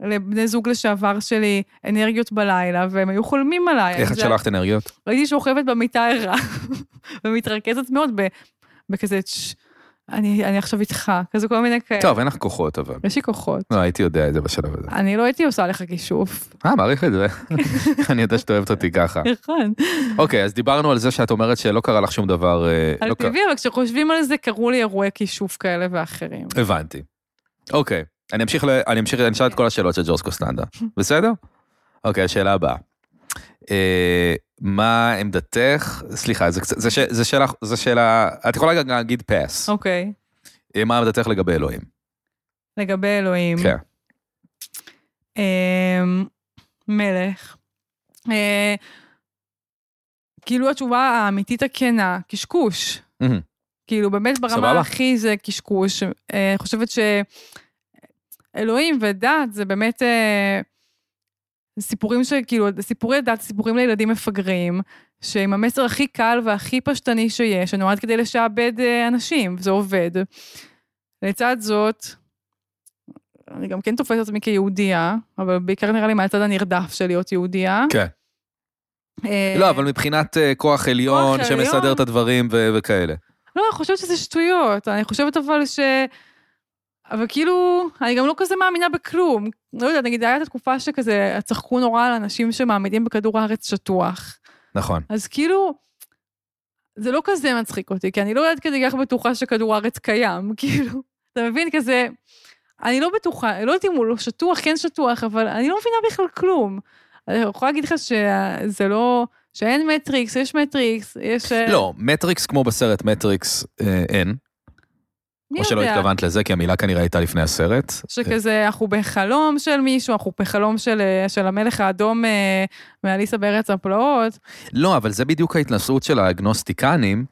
לבני זוג לשעבר שלי אנרגיות בלילה, והם היו חולמים עליי.
איך את
אה, זה- כן.
שלחת אנרגיות?
הייתי שוכבת במיטה ערה, ומתרכזת מאוד ב- בכזה, "צ'ש, אני אני עכשיו איתך, כזה כל מיני כאלה.
טוב, אין לך כוחות אבל.
יש לי כוחות.
לא, הייתי יודע את זה בשלב הזה.
אני לא הייתי עושה לך כישוף.
אה, מעריך את זה. אני יודע שאת אוהבת אותי ככה.
נכון.
אוקיי, אז דיברנו על זה שאת אומרת שלא קרה לך שום דבר... אה,
על
לא קרה-
טבעי, אבל כשחושבים על זה, קרו לי אירועי כישוף כאלה ואחרים.
הבנתי. אוקיי, אני אמשיך, ל- אני אמשיך, אני אשאל את כל השאלות של ג'ורס קוסטנדה. בסדר? אוקיי, השאלה הבאה. אה, מה עמדתך, סליחה, זה קצת- זה ש- זה שאלה, זה שאלה, את יכולה גם להגיד פאס.
אוקיי.
אה, מה עמדתך לגבי אלוהים?
לגבי אלוהים.
כן.
אמ, מלך. אה, כאילו התשובה האמיתית הכנה, קשקוש.
מהמם.
כאילו באמת ברמה
סבבה.
הכי זה קשקוש. אה, אני חושבת שאלוהים ודת זה באמת אה, סיפורים שכאילו, סיפורי דת, סיפורים לילדים מפגרים, שעם המסר הכי קל והכי פשטני שיש, שנועד כדי לשעבד אה, אנשים, וזה עובד. לצד זאת, אני גם כן תופסת עצמי כיהודייה, אבל בעיקר נראה לי מהצד הנרדף של להיות יהודייה.
כן.
אה,
לא, אבל מבחינת אה, כוח עליון
כוח
שמסדר
עליון.
את הדברים ו- וכאלה.
לא, אני חושבת שזה שטויות. אני חושבת אבל ש... אבל כאילו, אני גם לא כזה מאמינה בכלום. לא יודעת, נגיד, הייתה את התקופה שכזה, צחקו נורא על אנשים שמעמידים בכדור הארץ שטוח.
נכון.
אז כאילו, זה לא כזה מצחיק אותי, כי אני לא יודעת כדי כך בטוחה שכדור הארץ קיים, כאילו. אתה מבין? כזה, אני לא בטוחה, לא יודעת אם הוא לא שטוח, כן שטוח, אבל אני לא מבינה בכלל כלום. אני יכולה להגיד לך שזה לא, שאין מטריקס, יש מטריקס, יש... אה,
לא, מטריקס כמו בסרט מטריקס אה, אין,
מי
או שלא
יודע?
התכוונת לזה, כי המילה כנראה הייתה לפני הסרט.
שכזה, אנחנו בחלום של מישהו, אנחנו בחלום של, אה, של המלך האדום אה, מאליסה בארץ הפלאות.
לא, אבל זה בדיוק ההתנשאות של האגנוסטיקנים,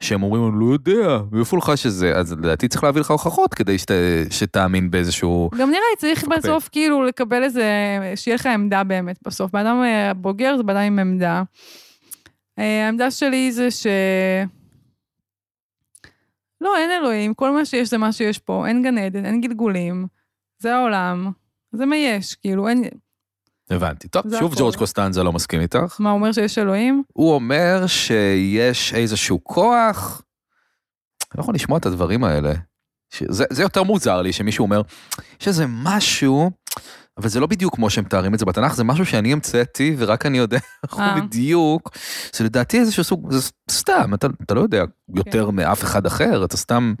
שהם אומרים, לא יודע, מאיפה לך שזה? אז לדעתי צריך להביא לך הוכחות כדי שת, שתאמין באיזשהו...
גם נראה לי צריך
אוקיי.
בסוף כאילו לקבל איזה, שיהיה לך עמדה באמת בסוף. בן אדם אה, בוגר זה בן אדם עם עמדה. אה, העמדה שלי זה ש... לא, אין אלוהים, כל מה שיש זה מה שיש פה, אין גן עדן, אין גלגולים, זה העולם, זה מה יש, כאילו, אין...
הבנתי. טוב,
זה
שוב
הכל.
ג'ורג' קוסטנזה לא מסכים איתך.
מה אומר שיש אלוהים?
הוא אומר שיש איזשהו כוח. אני לא יכול לשמוע את הדברים האלה. ש- זה, זה יותר מוזר לי שמישהו אומר, יש איזה משהו, אבל זה לא בדיוק כמו שהם מתארים את זה בתנ"ך, זה משהו שאני המצאתי ורק אני יודע איך הוא
אה.
בדיוק. זה לדעתי איזשהו סוג, זה ס- סתם, אתה, אתה לא יודע יותר מאף אחד אחר, אתה סתם...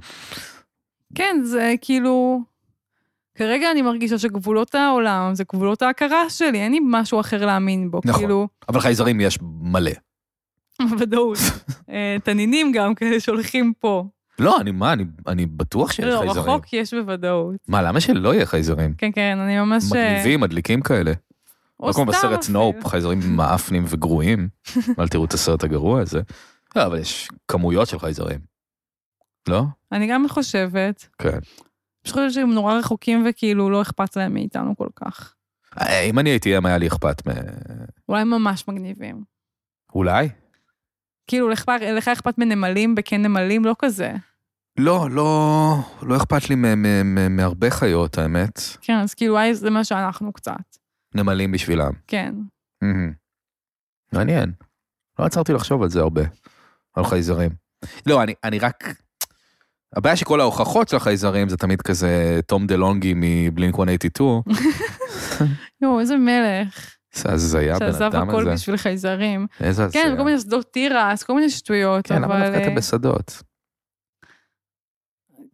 כן, זה כאילו... כרגע אני מרגישה שגבולות העולם זה גבולות ההכרה שלי, אין לי משהו אחר להאמין בו.
נכון.
כאילו,
אבל חייזרים יש מלא.
ודאות. אה, תנינים גם כאלה שהולכים פה.
לא, אני מה, אני, אני בטוח שיש
לא,
כן, חייזרים.
רחוק יש בוודאות.
מה, למה שלא יהיה חייזרים?
כן, כן, אני ממש... אה,
מגניבים, מדליקים כאלה.
או
לא כמו
סתם
בסרט
אפילו.
סנופ, חייזרים מאפנים וגרועים. אל תראו את הסרט הגרוע הזה. לא, אבל יש כמויות של חייזרים. לא?
אני גם חושבת.
כן.
פשוט חושבת שהם נורא רחוקים וכאילו לא אכפת להם מאיתנו כל כך.
אה, אם אני הייתי אם היה לי אכפת מ...
אולי הם ממש מגניבים.
אולי?
כאילו, לך לך אכפת מנמלים בכן נמלים? לא כזה.
לא, לא, לא אכפת לי מ- מ- מ- מהרבה חיות, האמת.
כן, אז כאילו, וואי, זה מה שאנחנו קצת.
נמלים בשבילם.
כן.
מהמם. מעניין. לא עצרתי לחשוב על זה הרבה, על חייזרים. לא, אני, אני רק... הבעיה שכל ההוכחות של החייזרים זה תמיד כזה תום דה לונגי מבלינק 182.
יואו, איזה מלך.
איזה הזיה בן
שעזב
אדם
הכל
הזה.
בשביל חייזרים.
איזה הזיה.
כן, כל מיני שדות תירס, כל מיני שטויות,
כן, למה
אבל...
דווקא אתם
אה,
בשדות?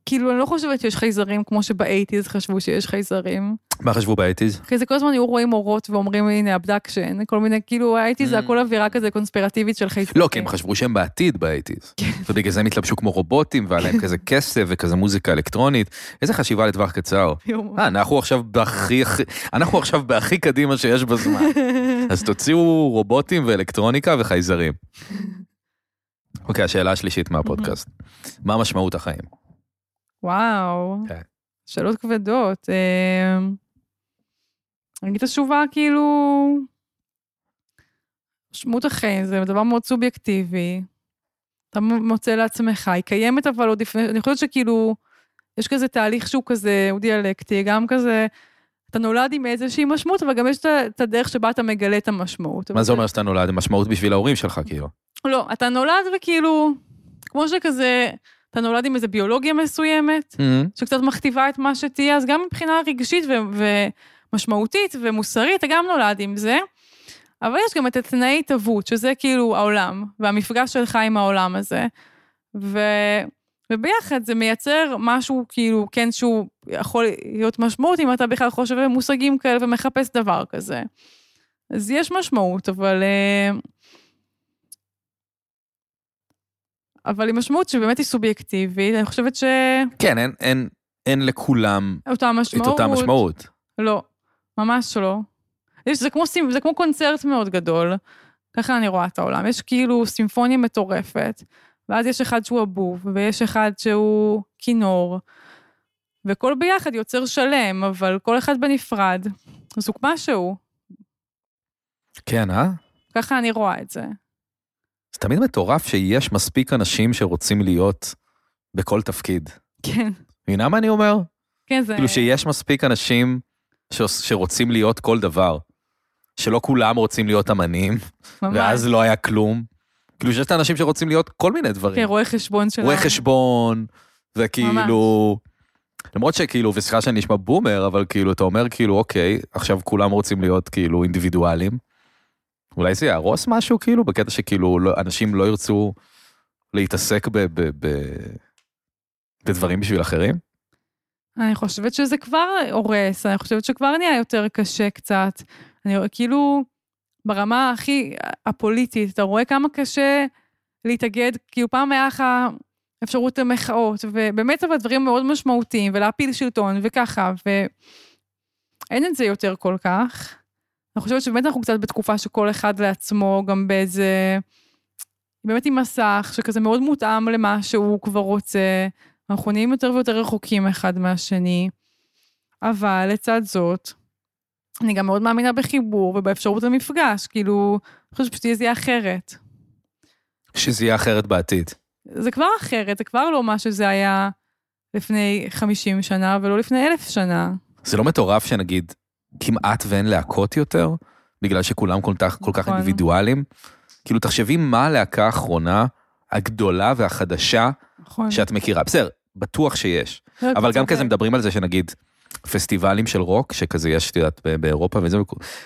כאילו, אני לא חושבת שיש חייזרים כמו שבאייטיז חשבו שיש חייזרים.
מה חשבו באייטיז?
אחרי זה כל הזמן היו רואים אורות ואומרים, הנה, אבדקשן, כל מיני, כאילו, האייטיז זה
Mm.
הכל אווירה כזה קונספירטיבית של חייזרים.
לא, כי הם חשבו שהם בעתיד באייטיז.
כן.
ובגלל זה הם התלבשו כמו רובוטים, והיה להם כזה כסף וכזה מוזיקה אלקטרונית. איזה חשיבה לטווח קצר.
יואו.
אה, אנחנו עכשיו בהכי, הכי- אנחנו עכשיו בהכי קדימה שיש בזמן. אז תוציאו רובוטים ואלקטרוניקה וחייזרים. אוקיי, השאלה השלישית מהפודקאסט. מה משמעות החיים?
וואו.
כן.
שאלות כבדות. אה, אני אגיד את התשובה, כאילו... משמעות החיים זה דבר מאוד סובייקטיבי. אתה מ- מוצא לעצמך, היא קיימת אבל עוד לפני, אני חושבת שכאילו, יש כזה תהליך שהוא כזה, הוא דיאלקטי, גם כזה, אתה נולד עם איזושהי משמעות, אבל גם יש את ה- את הדרך שבה אתה מגלה את המשמעות.
מה זה אומר שאתה נולד? משמעות בשביל ההורים שלך, כאילו.
לא, אתה נולד וכאילו, כמו שכזה, אתה נולד עם איזו ביולוגיה מסוימת, שקצת מכתיבה את מה שתהיה, אז גם מבחינה רגשית ו- ומשמעותית ומוסרית, אתה גם נולד עם זה. אבל יש גם את התנאי התהוות, שזה כאילו העולם, והמפגש שלך עם העולם הזה. ו... וביחד זה מייצר משהו כאילו, כן, שהוא יכול להיות משמעות, אם אתה בכלל חושב במושגים כאלה ומחפש דבר כזה. אז יש משמעות, אבל... אה, אבל היא משמעות שבאמת היא סובייקטיבית, אני חושבת ש...
כן, אין- אין- אין לכולם
אותה משמעות.
את אותה משמעות.
לא, ממש לא. יש, זה, כמו, סימ- זה כמו קונצרט מאוד גדול, ככה אני רואה את העולם. יש כאילו סימפוניה מטורפת, ואז יש אחד שהוא הבוב, ויש אחד שהוא כינור, וכל ביחד יוצר שלם, אבל כל אחד בנפרד. אז הוא משהו,
כן, אה?
ככה אני רואה את זה.
זה תמיד מטורף שיש מספיק אנשים שרוצים להיות בכל תפקיד.
כן,
מבינה מה אני אומר?
כן, זה...
כאילו שיש מספיק אנשים שעוש- שרוצים להיות כל דבר. שלא כולם רוצים להיות אמנים,
ממש.
ואז לא היה כלום. כאילו שיש את האנשים שרוצים להיות כל מיני
כן,
דברים.
רואה חשבון שלנו.
רואה חשבון, וכאילו... למרות שכאילו, וסליחה שאני נשמע בומר, אבל כאילו, אתה אומר כאילו, אוקיי, עכשיו כולם רוצים להיות כאילו אינדיבידואלים. אולי זה יהרוס משהו כאילו, בקטע שכאילו לא, אנשים לא ירצו להתעסק ב, ב, ב, בדברים בשביל אחרים?
אני חושבת שזה כבר הורס, אני חושבת שכבר נהיה יותר קשה קצת. אני רואה- כאילו, ברמה הכי הפוליטית, אתה רואה כמה קשה להתאגד, כאילו פעם היה לך אפשרות למחאות, ובאמת אבל דברים מאוד משמעותיים, ולהפיל שלטון, וככה, ואין את זה יותר כל כך. אני חושבת שבאמת אנחנו קצת בתקופה שכל אחד לעצמו, גם באיזה... באמת עם מסך, שכזה מאוד מותאם למה שהוא כבר רוצה. אנחנו נהיים יותר ויותר רחוקים אחד מהשני, אבל לצד זאת, אני גם מאוד מאמינה בחיבור ובאפשרות למפגש, כאילו, אני חושבת שפשוט יהיה זה יהיה אחרת.
שזה יהיה אחרת בעתיד.
זה כבר אחרת, זה כבר לא מה שזה היה לפני 50 שנה ולא לפני אלף שנה.
זה לא מטורף שנגיד כמעט ואין להקות יותר, בגלל שכולם כל כך, כל כך
נכון.
אינדיבידואלים? כאילו, תחשבי מה הלהקה האחרונה, הגדולה והחדשה,
נכון.
שאת מכירה. בסדר, בטוח שיש.
לא,
אבל
אתה
גם כזה
צודק.
מדברים על זה שנגיד, פסטיבלים של רוק, שכזה יש, את יודעת, ב- באירופה וזה,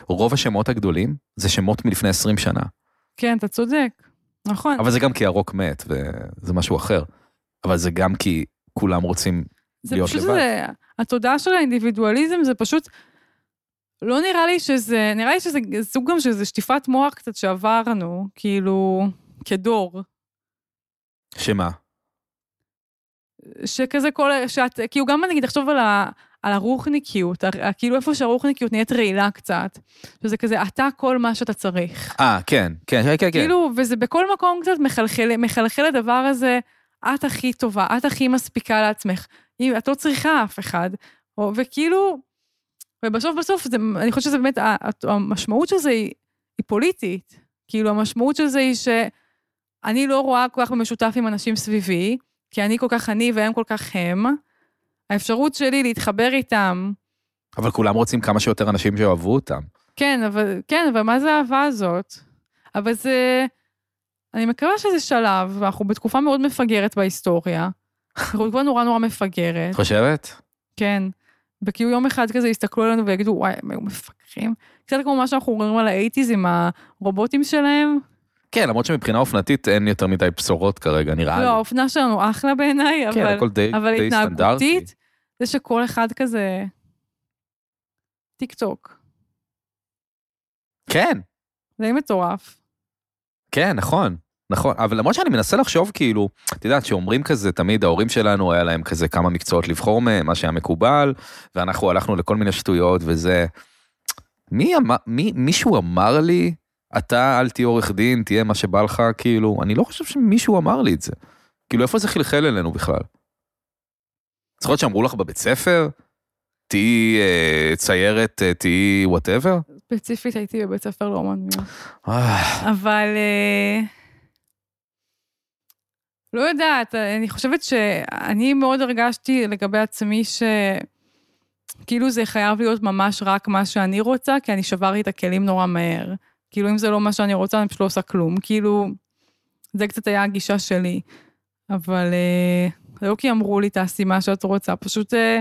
רוב השמות הגדולים זה שמות מלפני 20 שנה.
כן, אתה צודק. נכון.
אבל זה גם כי הרוק מת, וזה משהו אחר. אבל זה גם כי כולם רוצים...
זה
להיות
פשוט
לבד.
זה, התודעה של האינדיבידואליזם זה פשוט, לא נראה לי שזה, נראה לי שזה סוג גם שזה שטיפת מוח קצת שעברנו, כאילו, כדור.
שמה?
שכזה כל... שאת, כאילו גם נגיד, תחשוב על, ה, על הרוחניקיות, ה- כאילו איפה שהרוחניקיות נהיית רעילה קצת, שזה כזה, אתה כל מה שאתה צריך.
אה, כן, כן, כן, כן.
כן. כאילו, וזה בכל מקום קצת מחלחל, מחלחל הדבר הזה, את הכי טובה, את הכי מספיקה לעצמך. אם את לא צריכה אף אחד. או, וכאילו, ובסוף בסוף, זה, אני חושבת שזה באמת, ה- ה- המשמעות של זה היא, היא פוליטית. כאילו, המשמעות של זה היא שאני לא רואה כל כך במשותף עם אנשים סביבי, כי אני כל כך אני והם כל כך הם. האפשרות שלי להתחבר איתם,
אבל כולם רוצים כמה שיותר אנשים שאוהבו אותם.
כן, אבל, כן, אבל מה זה האהבה הזאת? אבל זה... אני מקווה שזה שלב, ואנחנו בתקופה מאוד מפגרת בהיסטוריה. אנחנו בתקופה נורא נורא מפגרת,
את חושבת?
כן. וכאילו יום אחד כזה יסתכלו עלינו ויגידו, וואי, הם היו מפגרים. קצת כמו מה שאנחנו אומרים על האייטיז עם הרובוטים שלהם.
כן, למרות שמבחינה אופנתית אין יותר מדי בשורות כרגע, נראה לי.
לא, האופנה שלנו אחלה בעיניי,
כן,
אבל...
הכל די
אבל
די סטנדרטי.
התנהגותית, זה שכל אחד כזה... טיק טוק.
כן,
די מטורף.
כן, נכון. נכון, אבל למרות שאני מנסה לחשוב כאילו, את יודעת, שאומרים כזה, תמיד ההורים שלנו, היה להם כזה כמה מקצועות לבחור מהם, מה שהיה מקובל, ואנחנו הלכנו לכל מיני שטויות וזה. מי אמר, מי, מישהו אמר לי, אתה אל תהיה עורך דין, תהיה מה שבא לך, כאילו, אני לא חושב שמישהו אמר לי את זה. כאילו, איפה זה חלחל אלינו בכלל? זוכרת שאמרו לך בבית ספר, תהיי אה, ציירת, אה, תהיי וואטאבר?
ספציפית הייתי בבית ספר לאומנויות. אבל... אה, לא יודעת, אני חושבת שאני מאוד הרגשתי לגבי עצמי ש... כאילו זה חייב להיות ממש רק מה שאני רוצה, כי אני שברתי את הכלים נורא מהר. כאילו, אם זה לא מה שאני רוצה, אני פשוט לא עושה כלום. כאילו, זה קצת היה הגישה שלי. אבל אה, לא כי אמרו לי, תעשי מה שאת רוצה, פשוט אה,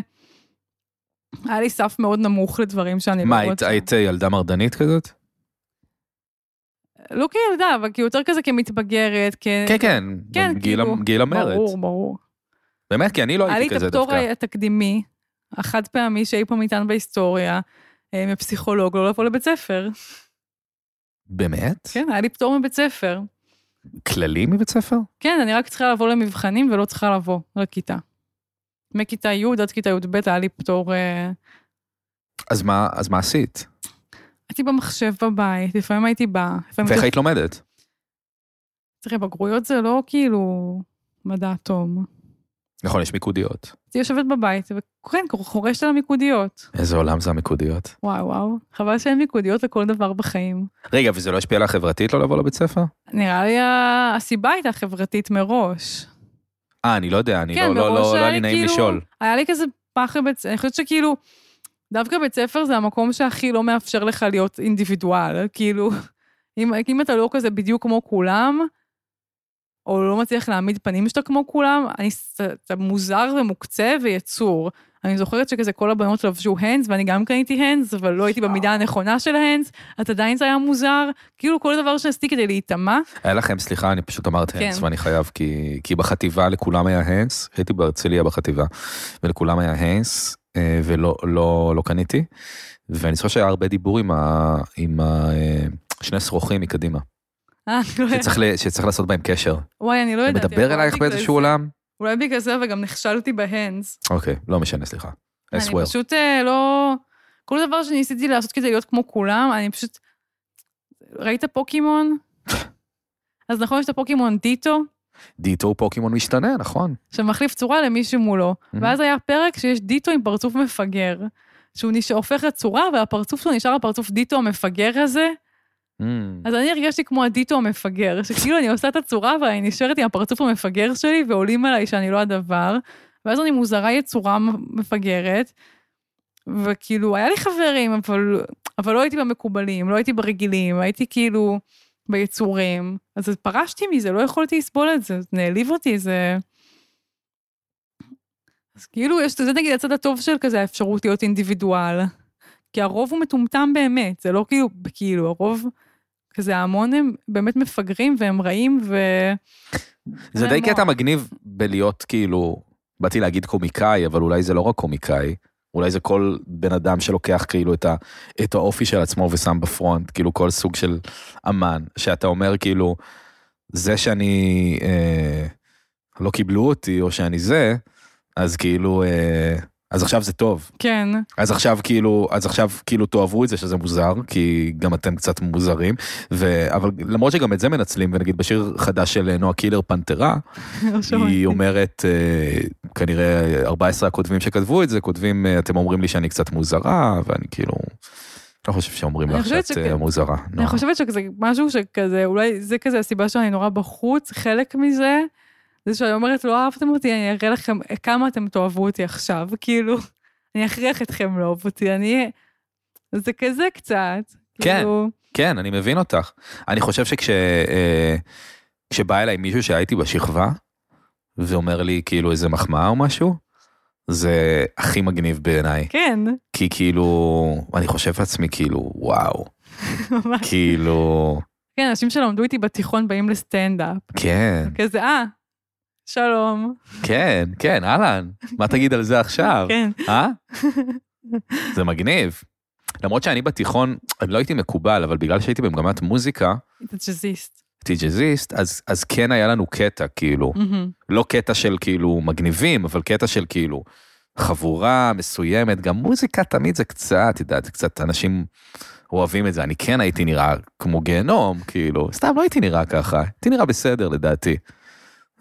היה לי סף מאוד נמוך לדברים שאני
מה,
לא
היית,
רוצה.
היית ילדה מרדנית כזאת?
לא כילדה, אבל כי יותר כזה כמתבגרת, כ...
כן, כן.
כן,
גיל,
כאילו,
גיל המרד.
ברור, אה, ברור.
באמת, כי אני לא
היה לי
הייתי
את
כזה
הפטור
דווקא.
התקדימי, החד פעמי שאי פעם ניתן בהיסטוריה, אה, מפסיכולוג, לא לבוא לבית ספר.
באמת?
כן, היה לי פטור מבית ספר.
כללי מבית ספר?
כן, אני רק צריכה לבוא למבחנים ולא צריכה לבוא לכיתה. מכיתה י' עד כיתה י"ב היה לי פטור... אה,
אז מה, אז מה עשית?
הייתי במחשב בבית, לפעמים הייתי באה. לפעמים
ואיך
הייתי...
היית לומדת?
תראה, בגרויות זה לא כאילו מדע תום.
נכון, יש מיקודיות.
הייתי יושבת בבית, וכן, חורשת על המיקודיות.
איזה עולם זה המיקודיות.
וואו, וואו. חבל שאין מיקודיות לכל דבר בחיים.
רגע, וזה לא השפיע עליה חברתית לא לבוא לבית ספר?
נראה לי ה- הסיבה הייתה חברתית מראש.
אה, אני לא יודע, אני לא, לא,
כן, מראש
לא, לא
היה
היה לי נעים
כאילו-
לשאול.
היה לי כזה פחד, בית... אני חושבת שכאילו, דווקא בית ספר זה המקום שהכי לא מאפשר לך להיות אינדיבידואל. כאילו, אם, אם אתה לא כזה בדיוק כמו כולם, או לא מצליח להעמיד פנים שאתה כמו כולם, אני, ס- אתה מוזר ומוקצה ויצור. אני זוכרת שכזה כל הבנות לבשו הנדס, ואני גם קניתי הנדס, אבל לא הייתי במידה הנכונה של ההנדס, אז עדיין זה היה מוזר. כאילו כל דבר שעשיתי כדי להיטמע,
היה לכם, סליחה, אני פשוט אמרת
כן.
הנס, ואני חייב, כי, כי בחטיבה לכולם היה הנס, הייתי בהרצליה בחטיבה, ולכולם היה הנס, אה, ולא לא, לא קניתי, ואני זוכר שהיה הרבה דיבור עם, ה, עם ה, אה, שני שרוכים מקדימה,
אה, אני לא יודעת.
שצריך, ל- שצריך לעשות בהם קשר.
וואי, אני לא
הוא
יודעת.
מדבר אלייך באיזשהו עולם?
אולי בגלל זה, וגם נכשלתי בהנדס.
אוקיי, לא משנה, סליחה. I
אני
swear.
פשוט אה, לא... כל דבר שניסיתי לעשות כדי להיות כמו כולם, אני פשוט... ראית פוקימון? אז נכון, יש את הפוקימון דיטו,
דיטו הוא פוקימון משתנה, נכון.
שמחליף צורה למישהו מולו.
Mhm.
ואז היה פרק שיש דיטו עם פרצוף מפגר. שהוא נש... הופך לצורה, והפרצוף שלו נשאר הפרצוף דיטו המפגר הזה.
Hmm.
אז אני הרגשתי כמו הדיטו המפגר, שכאילו אני עושה את הצורה, אבל אני נשארת עם הפרצוף המפגר שלי, ועולים עליי שאני לא הדבר, ואז אני מוזרה יצורה מ- מפגרת, וכאילו, היה לי חברים, אבל, אבל לא הייתי במקובלים, לא הייתי ברגילים, הייתי כאילו ביצורים. אז פרשתי מזה, לא יכולתי לסבול את זה, זה העליב אותי, זה... אז כאילו, יש, זה נגיד הצד הטוב של כזה האפשרות להיות אינדיבידואל. כי הרוב הוא מטומטם באמת, זה לא כאילו, כאילו, הרוב, כזה ההמון הם באמת מפגרים והם רעים ו...
זה די
נורא.
קטע מגניב בלהיות כאילו, באתי להגיד קומיקאי, אבל אולי זה לא רק קומיקאי, אולי זה כל בן אדם שלוקח כאילו את, ה, את האופי של עצמו ושם בפרונט, כאילו כל סוג של אמן, שאתה אומר כאילו, זה שאני, אה, לא קיבלו אותי או שאני זה, אז כאילו, אה, אז עכשיו זה טוב.
כן,
אז עכשיו כאילו, אז עכשיו כאילו תאהבו את זה שזה מוזר, כי גם אתם קצת מוזרים, ו... אבל למרות שגם את זה מנצלים, ונגיד בשיר חדש של אה, נועה קילר פנתרה,
לא שמעתי.
היא אומרת, אה, כנראה 14 הכותבים שכתבו את זה, כותבים, אה, אתם אומרים לי שאני קצת מוזרה, ואני כאילו, לא חושב שאומרים
אני
לך
חושבת
שאת
שכן.
אה, מוזרה.
אני
נועה.
חושבת שזה משהו שכזה, אולי זה כזה הסיבה שאני נורא בחוץ, חלק מזה, זה שאני אומרת, לא אהבתם אותי, אני אראה לכם כמה אתם תאהבו אותי עכשיו, כאילו, אני אכריח אתכם לאהוב אותי, אני... זה כזה קצת.
כן.
כאילו,
כן, אני מבין אותך. אני חושב שכש... אה, כשבא אליי מישהו שהייתי בשכבה, ואומר לי כאילו איזה מחמאה או משהו, זה הכי מגניב בעיניי.
כן,
כי כאילו, אני חושב לעצמי כאילו, וואו,
ממש.
כאילו,
כן, אנשים שלמדו איתי בתיכון באים לסטנדאפ.
כן,
כזה, אה, שלום.
כן, כן, אהלן, מה תגיד על זה עכשיו?
כן.
אה? זה מגניב. למרות שאני בתיכון, אני לא הייתי מקובל, אבל בגלל שהייתי במגמת מוזיקה,
אתה ג'אזיסט.
הייתי ג'אזיסט, אז, אז כן היה לנו קטע, כאילו.
מהמם.
לא קטע של כאילו מגניבים, אבל קטע של כאילו חבורה מסוימת, גם מוזיקה תמיד זה קצת, את יודעת, זה קצת אנשים אוהבים את זה. אני כן הייתי נראה כמו גיהנום, כאילו, סתם לא הייתי נראה ככה, הייתי נראה בסדר לדעתי.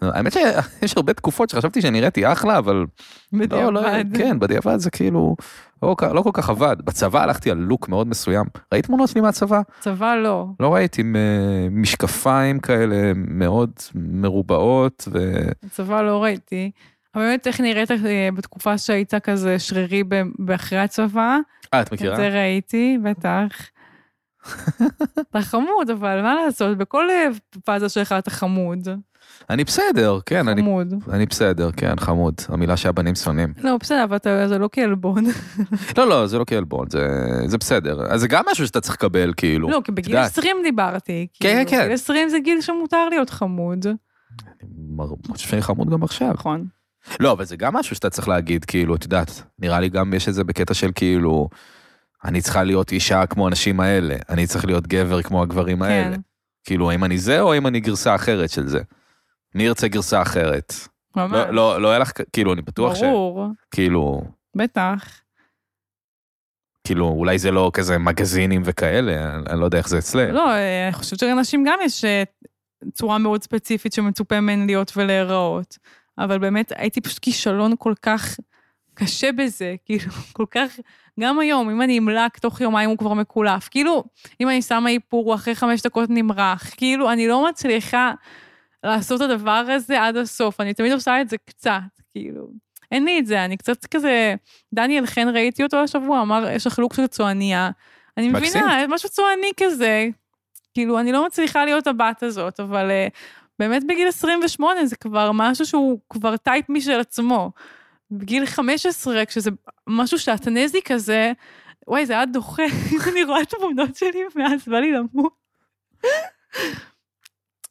האמת שיש הרבה תקופות שחשבתי שנראיתי אחלה, אבל לא, לא,
בדיעבד.
כן, בדיעבד זה כאילו לא, כ- לא כל כך עבד. בצבא הלכתי על לוק מאוד מסוים. ראית תמונות שלי מהצבא?
צבא לא.
לא ראיתי, עם אה, משקפיים כאלה מאוד מרובעות, ו...
הצבא לא ראיתי. אבל באמת, איך נראית אה, בתקופה שהיית כזה שרירי ב- באחרי הצבא?
אה, את
את
מכירה?
זה ראיתי, בטח. אתה חמוד, אבל מה לעשות? בכל אה, פאזה שלך אתה חמוד.
אני בסדר, כן, אני,
חמוד.
אני בסדר, כן, חמוד. המילה שהבנים שונאים.
לא, בסדר, אבל אתה- זה לא כעלבון.
לא, לא, זה לא כעלבון, זה, זה בסדר. אז זה גם משהו שאתה צריך לקבל, כאילו.
לא, כי בגיל
יודעת.
20 דיברתי.
כן,
כאילו,
כן.
בגיל 20 זה גיל שמותר להיות חמוד.
אני מר- חושב שאני חמוד גם עכשיו.
נכון.
לא, אבל זה גם משהו שאתה צריך להגיד, כאילו, את יודעת, נראה לי גם יש את זה בקטע של כאילו, אני צריכה להיות אישה כמו האנשים האלה, אני צריך להיות גבר כמו הגברים
כן.
האלה. כאילו, האם אני זה או האם אני גרסה אחרת של זה? מי ירצה גרסה אחרת?
ממש.
לא, לא, לא היה לך, כאילו, אני בטוח ש...
ברור,
כאילו,
בטח.
כאילו, אולי זה לא כזה מגזינים וכאלה, אני, אני לא יודע איך זה אצלך.
לא, אה, אני חושבת שלאנשים גם יש אה, צורה מאוד ספציפית שמצופה מהן להיות ולהיראות. אבל באמת, הייתי פשוט כישלון כל כך קשה בזה, כאילו, כל כך... גם היום, אם אני אמלק, תוך יומיים הוא כבר מקולף. כאילו, אם אני שמה איפור, הוא אחרי חמש דקות נמרח. כאילו, אני לא מצליחה לעשות את הדבר הזה עד הסוף. אני תמיד עושה את זה קצת, כאילו. אין לי את זה, אני קצת כזה... דניאל חן, ראיתי אותו השבוע, אמר, יש לך לוק של צועניה. אני
מקסים.
מבינה, משהו צועני כזה. כאילו, אני לא מצליחה להיות הבת הזאת, אבל אה, באמת בגיל 28 זה כבר משהו שהוא כבר טייפ משל עצמו. בגיל 15, כשזה משהו שהטנזי כזה, וואי, זה היה דוחה. אני רואה תמונות שלי מאז, בא לי למות.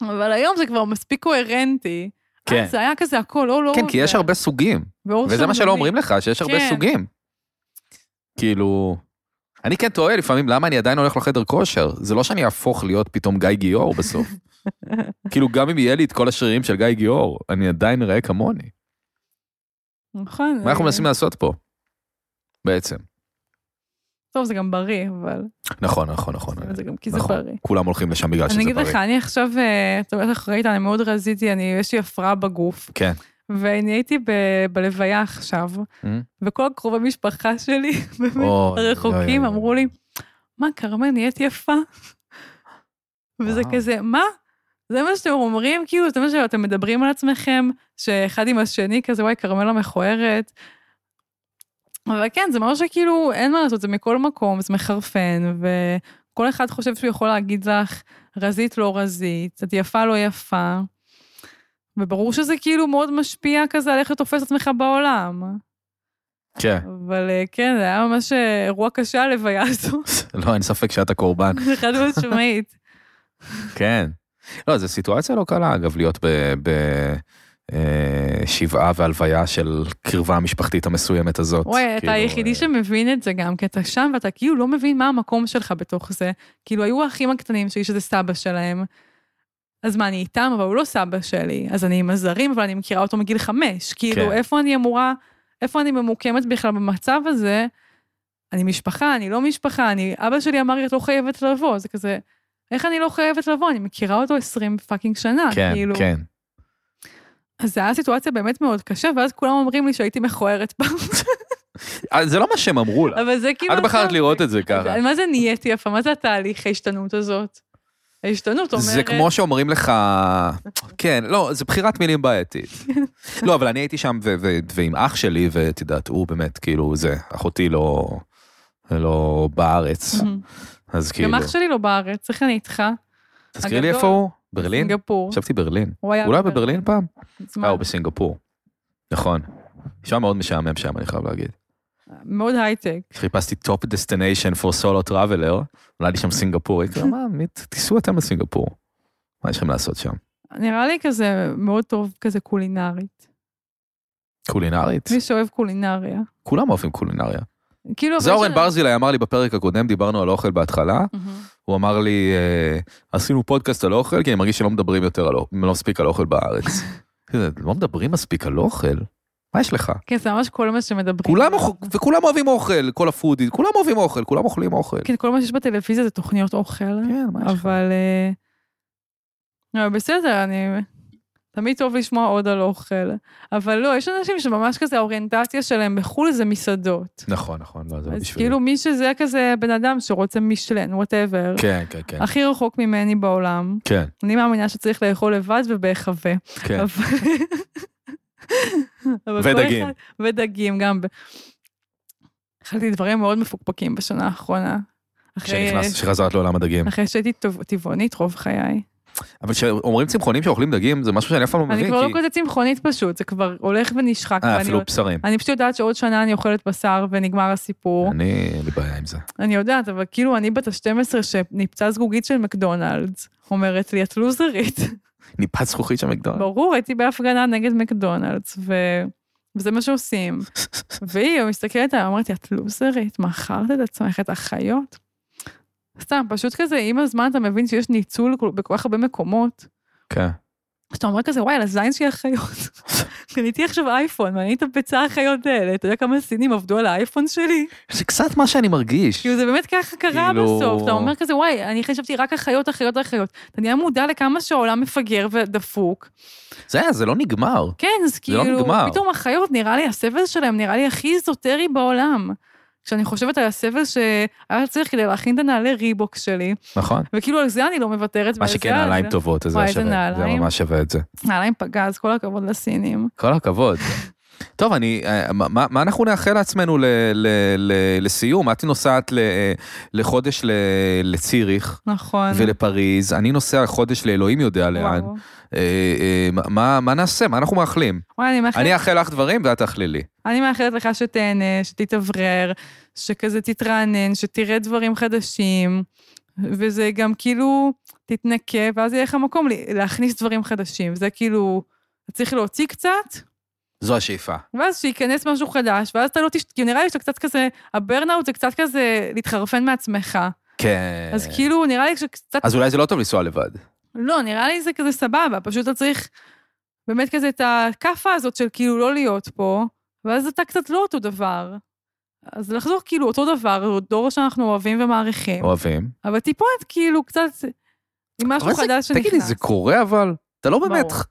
אבל היום זה כבר מספיק קוהרנטי.
כן.
אז זה היה כזה הכל, או לא...
כן, כי יש הרבה סוגים,
ואור
וזה מה שלא
שמרני.
אומרים לך, שיש הרבה
כן.
סוגים. כאילו, אני כן תוהה לפעמים למה אני עדיין הולך לחדר כושר, זה לא שאני אהפוך להיות פתאום גיא גיאור בסוף. כאילו, גם אם יהיה לי את כל השרירים של גיא גיאור, אני עדיין אראה כמוני.
נכון.
מה אנחנו
זה-
מנסים לעשות פה? בעצם.
טוב, זה גם בריא, אבל...
נכון, נכון, נכון.
זה גם כי זה
נכון.
בריא.
כולם הולכים לשם בגלל שזה
אני אגיד
בריא.
לך, אני עכשיו, אה, אתה בטח ראית, אני מאוד רזיתי, אני, יש לי הפרעה בגוף.
כן.
ואני הייתי ב- בלוויה עכשיו,
Mm.
וכל הקרובי משפחה שלי, באמת,
אוי, אוי,
הרחוקים,
אוי,
אמרו לי, מה, כרמל, נהיית יפה? וזה
וואו.
כזה, מה? זה מה שאתם אומרים, כאילו, זה מה שאתם מדברים על עצמכם, שאחד עם השני כזה, וואי, כרמל המכוערת. אבל כן, זה ממש שכאילו, אין מה לעשות, זה מכל מקום, זה מחרפן, וכל אחד חושב שהוא יכול להגיד לך, רזית לא רזית, את יפה לא יפה. וברור שזה כאילו מאוד משפיע כזה על איך אתה תופס את עצמך בעולם.
כן.
אבל אה, כן, זה היה ממש אה, אירוע קשה הלוויה הזו,
לא, אין ספק שאת הקורבן.
חד משמעית.
כן. לא, זו סיטואציה לא קלה, אגב, להיות בשבעה והלוויה של קרבה המשפחתית המסוימת הזאת.
וואי, אתה
כאילו,
היחידי
אה,
שמבין את זה גם, כי אתה שם ואתה כאילו לא מבין מה המקום שלך בתוך זה. כאילו, היו האחים הקטנים שלי, שזה סבא שלהם, אז מה, אני איתם, אבל הוא לא סבא שלי. אז אני עם הזרים, אבל אני מכירה אותו מגיל חמש.
כן.
כאילו, איפה אני אמורה, איפה אני ממוקמת בכלל במצב הזה? אני משפחה, אני לא משפחה, אני... אבא שלי אמר לי, את לא חייבת לבוא. זה כזה, איך אני לא חייבת לבוא? אני מכירה אותו 20 פאקינג שנה,
כן,
כאילו.
כן.
אז זו הייתה סיטואציה באמת מאוד קשה, ואז כולם אומרים לי שהייתי מכוערת פעם.
אה, זה לא מה שהם אמרו לך.
אבל זה כאילו...
את בחרת
אתה-
לראות את זה ככה.
מה זה נהייתי יפה? מה זה התהליך ההשתנות הזאת? ההשתנות אומרת...
זה כמו שאומרים לך, כן, לא, זה בחירת מילים בעייתית. לא, אבל אני הייתי שם ו- ו- ועם אח שלי, ואת יודעת, הוא באמת, כאילו, זה, אחותי לא, לא בארץ,
מהמם.
אז כאילו,
גם אח שלי לא בארץ, איך אני איתך?
תזכירי לי
הגדול.
איפה הוא? ברלין?
סינגפור. כן,
חשבתי ברלין.
הוא היה
הוא לא היה בברלין פעם?
מזמן.
אה, הוא בסינגפור. נכון. נשמע מאוד משעמם שם, אני חייב להגיד.
מאוד הייטק.
חיפשתי top destination for solo traveler, עולה לי שם סינגפור, הייתי אומר, מה, מי- תיסעו אתם לסינגפור. מה יש לכם לעשות שם?
נראה לי כזה מאוד טוב, כזה קולינרית.
קולינרית?
מי שאוהב קולינריה.
כולם אוהבים קולינריה.
כאילו...
זה
אבל
אורן
יש-
ברזילי אמר לי בפרק הקודם, דיברנו על אוכל בהתחלה,
מהמם.
הוא אמר לי, אה, עשינו פודקאסט על אוכל, כי אני מרגיש שלא מדברים יותר על אוכל, לא מספיק על אוכל בארץ. כזה, לא מדברים מספיק על אוכל? מה יש לך?
כן, זה ממש כל מה שמדברים.
כולם, אוכ- וכולם אוהבים אוכל, כל הפודים, כולם אוהבים אוכל, כולם אוכלים אוכל.
כן, כל מה שיש בטלוויזיה זה תוכניות אוכל.
כן, מה יש לך?
אבל... אה, לא, בסדר, אני... תמיד טוב לשמוע עוד על אוכל. אבל לא, יש אנשים שממש כזה, האוריינטציה שלהם בחו"ל זה מסעדות.
נכון, נכון, לא, זה לא
אז
בשבילי.
כאילו מי שזה כזה בן אדם שרוצה משלן, וואטאבר,
כן, כן, כן.
הכי רחוק ממני בעולם,
כן,
אני מאמינה שצריך לאכול לבד ובהיחווה.
כן.
אבל- אבל כל
ודגים.
אחד- ודגים גם. ב- אכלתי דברים מאוד מפוקפקים בשנה האחרונה. אחרי-
כשנכנסת, כשחזרת לעולם הדגים.
אחרי שהייתי טוב- טבעונית רוב חיי.
אבל כשאומרים צמחונים שאוכלים דגים, זה משהו שאני אף פעם לא מבין,
אני כבר לא
כי...
כזה צמחונית פשוט, זה כבר הולך ונשחק.
אה,
ואני- לא-
אפילו בשרים.
אני פשוט יודעת שעוד שנה אני אוכלת בשר ונגמר הסיפור.
אני, אין לי בעיה עם זה.
אני יודעת, אבל כאילו אני בת ה-12 שניפצה זגוגית של מקדונלדס, אומרת לי, את לוזרית.
אה. ניפת זכוכית של מקדונלד.
ברור, הייתי בהפגנה נגד מקדונלדס, ו... וזה מה שעושים. והיא מסתכלת עליי, אומרת לי, את לוזרית, מכרת את עצמך, את החיות? סתם, פשוט כזה, עם הזמן אתה מבין שיש ניצול כל- בכל כך הרבה מקומות.
כן.
שאתה אומר כזה, וואי, על הזין שלי החיות. קניתי עכשיו אייפון, ואני את הביצה החיות האלה. אתה יודע כמה סינים עבדו על האייפון שלי?
זה קצת מה שאני מרגיש.
כאילו זה באמת ככה קרה
כאילו-
בסוף, אתה אומר כזה, וואי, אני חשבתי רק אחיות, אחיות, אחיות. אתה נהיה מודע לכמה שהעולם מפגר ודפוק.
זה היה, זה לא נגמר.
כן, אז
לא
כאילו,
נגמר.
פתאום אחיות, נראה לי, הסבל שלהם נראה לי הכי איזוטרי בעולם. כשאני חושבת על הסבל שהיה צריך כדי להכין את הנעלי ריבוק שלי,
נכון.
וכאילו על זה אני לא מוותרת.
מה
ועל
שכן,
זה-
נעליים
זה-
טובות, אז זה
וואי,
היה
איזה
שווה. זה היה
נעליים.
ממש שווה את זה.
נעליים פגז, כל הכבוד לסינים.
כל הכבוד. טוב, אני, אה, מה- מה מה אנחנו נאחל לעצמנו ל- ל- ל- לסיום? את נוסעת ל- אה, לחודש ל- לציריך
נכון.
ולפריז, אני נוסע חודש לאלוהים יודע לאן.
וואו.
אה, אה, מה- מה- מה נעשה? מה אנחנו מאחלים?
וואי, אני מאחלת
אני אאחל לך דברים ואת תאכלי לי.
אני מאחלת לך שתהנה, שתתאוורר, שכזה תתרענן, שתראה דברים חדשים, וזה גם כאילו, תתנקה, ואז יהיה לך מקום ל- להכניס דברים חדשים. זה כאילו, אתה צריך להוציא קצת,
זו השאיפה.
ואז שייכנס משהו חדש, ואז אתה לא תשת... כי נראה לי שאתה קצת כזה, הברנאוט זה קצת כזה להתחרפן מעצמך.
כן.
אז כאילו, נראה לי שקצת...
אז אולי זה לא טוב לנסוע לבד.
לא, נראה לי זה כזה סבבה, פשוט אתה צריך באמת כזה את הכאפה הזאת של כאילו לא להיות פה, ואז אתה קצת לא אותו דבר. אז לחזור כאילו אותו דבר, דור שאנחנו אוהבים ומעריכים,
אוהבים.
אבל טיפונת כאילו קצת עם משהו
אבל זה-
חדש שנכנס.
תגיד לי, זה קורה אבל? אתה לא באמת...
ברור.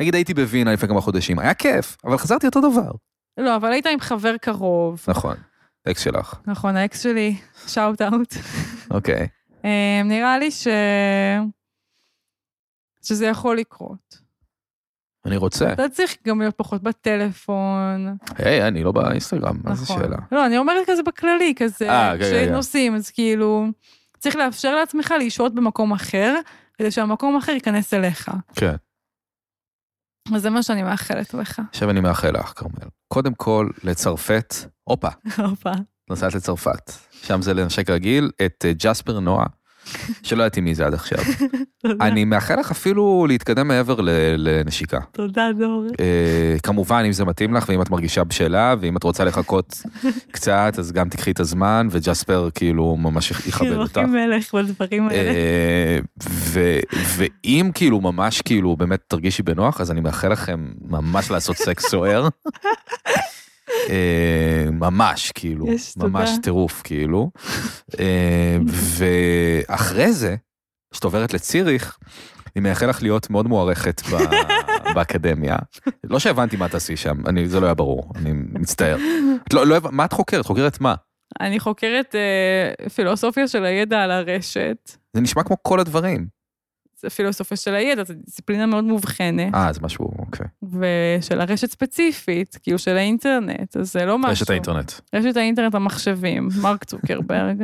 נגיד הייתי בווינה לפני כמה חודשים, היה כיף, אבל חזרתי אותו דבר.
לא, אבל היית עם חבר קרוב.
נכון, אקס שלך,
נכון, האקס שלי, שאוט אאוט.
אוקיי.
אמ, נראה לי ש... שזה יכול לקרות.
אני רוצה.
אתה צריך גם להיות פחות בטלפון.
היי, אני לא באינסטגרם, מה זה
נכון.
שאלה?
לא, אני אומרת כזה בכללי, כזה,
אה, כן, כן,
כשנוסעים, אז כאילו, צריך לאפשר לעצמך לשהות במקום אחר, כדי שהמקום האחר ייכנס אליך.
כן.
אז זה מה שאני מאחלת לך.
עכשיו אני מאחל לך, כרמל. קודם כל, לצרפת, הופה,
הופה.
נוסעת לצרפת. שם זה לנשק רגיל, את אה, ג'ספר נועה, שלא ידעתי מי זה עד עכשיו. אני מאחל לך אפילו להתקדם מעבר ל- לנשיקה.
תודה, דור.
אה, כמובן, אם זה מתאים לך, ואם את מרגישה בשלה, ואם את רוצה לחכות קצת, אז גם תקחי את הזמן, וג'ספר כאילו ממש יכבד אותך.
מלך בדברים
אה, ו- ואם כאילו ממש כאילו באמת תרגישי בנוח, אז אני מאחל לכם ממש לעשות סקס סוער. אה, ממש כאילו,
יש, תודה.
ממש טירוף כאילו. אה, ואחרי זה, כשאת עוברת לציריך, אני מאחל לך להיות מאוד מוערכת ב- באקדמיה. לא שהבנתי מה תעשי שם, אני, זה לא היה ברור, אני מצטער. את לא, לא, הבנ- מה את חוקרת? חוקרת מה?
אני חוקרת אה, פילוסופיה של הידע על הרשת.
זה נשמע כמו כל הדברים.
זה פילוסופיה של הידע, זו דיסציפלינה מאוד מובחנת,
אה, זה משהו, אוקיי.
ושל הרשת ספציפית, כאילו של האינטרנט, אז זה לא משהו.
רשת האינטרנט.
רשת האינטרנט המחשבים, מרק צוקרברג.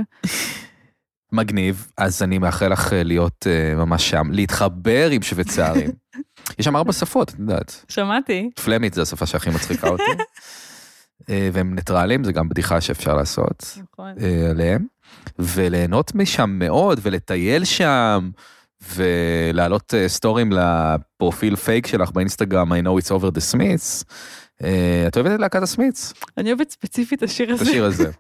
מגניב, אז אני מאחל לך אה, להיות אה, ממש שם, להתחבר עם שוויצרים. יש שם ארבע שפות, את יודעת.
שמעתי.
פלמית זו השפה שהכי מצחיקה אותי. אה, והם ניטרלים, זה גם בדיחה שאפשר לעשות
נכון.
אה, עליהם. וליהנות משם מאוד, ולטייל שם, ולהעלות אה, סטורים לפרופיל פייק שלך באינסטגרם, I know it's over the Smiths. אה, את אוהבת את להקת הסמיץ,
אני אוהבת ספציפית את השיר
את
הזה.
השיר הזה.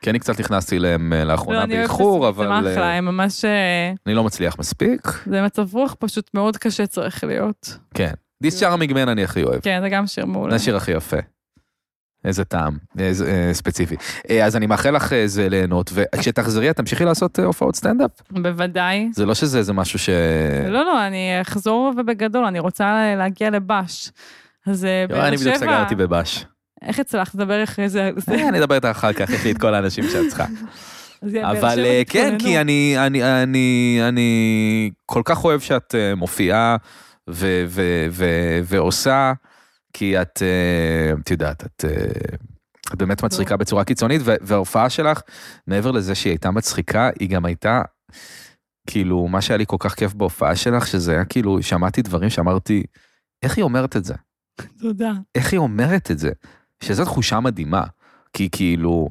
כי אני קצת נכנסתי אליהם אה,
לא,
לאחרונה
אני אוהבת
באיחור,
זה
אבל אה,
אחלה, הם ממש... אה,
אני לא מצליח מספיק.
זה מצב רוח פשוט מאוד קשה צריך להיות.
כן. דיס צ'ארמינג מן אני הכי אוהב.
כן, זה גם שיר מעולה.
זה השיר הכי יפה. איזה טעם, איזה אה, ספציפי. אה, אז אני מאחל לך אה, זה ליהנות, וכשתחזרי את תמשיכי לעשות אה, הופעות סטנדאפ.
בוודאי.
זה לא שזה איזה משהו ש... אה.
לא, לא, אני אחזור ובגדול, אני רוצה להגיע לבש. אז אה,
יואי, אני בדיוק
באר שבע,
סגרתי בבש.
איך הצלחת לדבר אחרי זה על זה?
אה, אני אדבר איתך אחר כך, יש לי את כל האנשים שאת צריכה.
אז יאללה, באר
אבל
שבע,
אה, כן,
תתכוננו.
כי אני, אני, אני, אני כל כך אוהב שאת אה, מופיעה ו, ו, ו, ועושה, כי את, אה, את יודעת, את, אה, את באמת מצחיקה בצורה קיצונית, ו- וההופעה שלך, מעבר לזה שהיא הייתה מצחיקה, היא גם הייתה, כאילו, מה שהיה לי כל כך כיף בהופעה שלך, שזה היה כאילו, שמעתי דברים שאמרתי, איך היא אומרת את זה?
תודה.
איך היא אומרת את זה? שזו תחושה מדהימה. כי כאילו,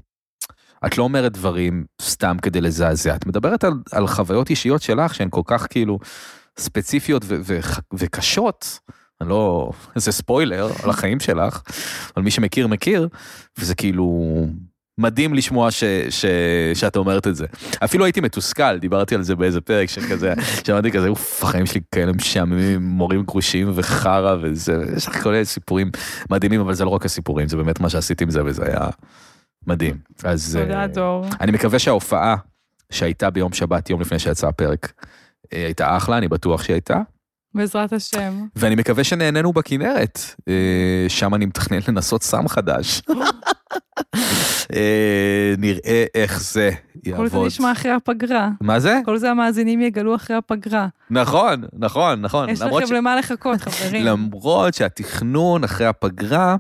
את לא אומרת דברים סתם כדי לזעזע, את מדברת על, על חוויות אישיות שלך שהן כל כך כאילו ספציפיות ו- ו- וקשות. אני לא, זה ספוילר על החיים שלך, אבל מי שמכיר מכיר, וזה כאילו מדהים לשמוע ש, ש, שאת אומרת את זה. אפילו הייתי מתוסכל, דיברתי על זה באיזה פרק שכזה, שמעתי כזה, אוף, החיים שלי כאלה משעממים, מורים גרושים וחרא וזה, יש לך כל מיני סיפורים מדהימים, אבל זה לא רק הסיפורים, זה באמת מה שעשיתי עם זה, וזה היה מדהים. אז...
תודה,
אה,
דור.
אני מקווה שההופעה שהייתה ביום שבת, יום לפני שיצא הפרק, אה, הייתה אחלה, אני בטוח שהיא הייתה,
בעזרת השם.
ואני מקווה שנהנינו בכנרת, אה, שם אני מתכנן לנסות סם חדש. אה, נראה איך זה
כל זה
יעבוד.
נשמע אחרי הפגרה.
מה זה?
כל זה המאזינים יגלו אחרי הפגרה.
נכון, נכון, נכון.
יש
למרות ש-
לכם למה לחכות, חברים.
למרות שהתכנון אחרי הפגרה,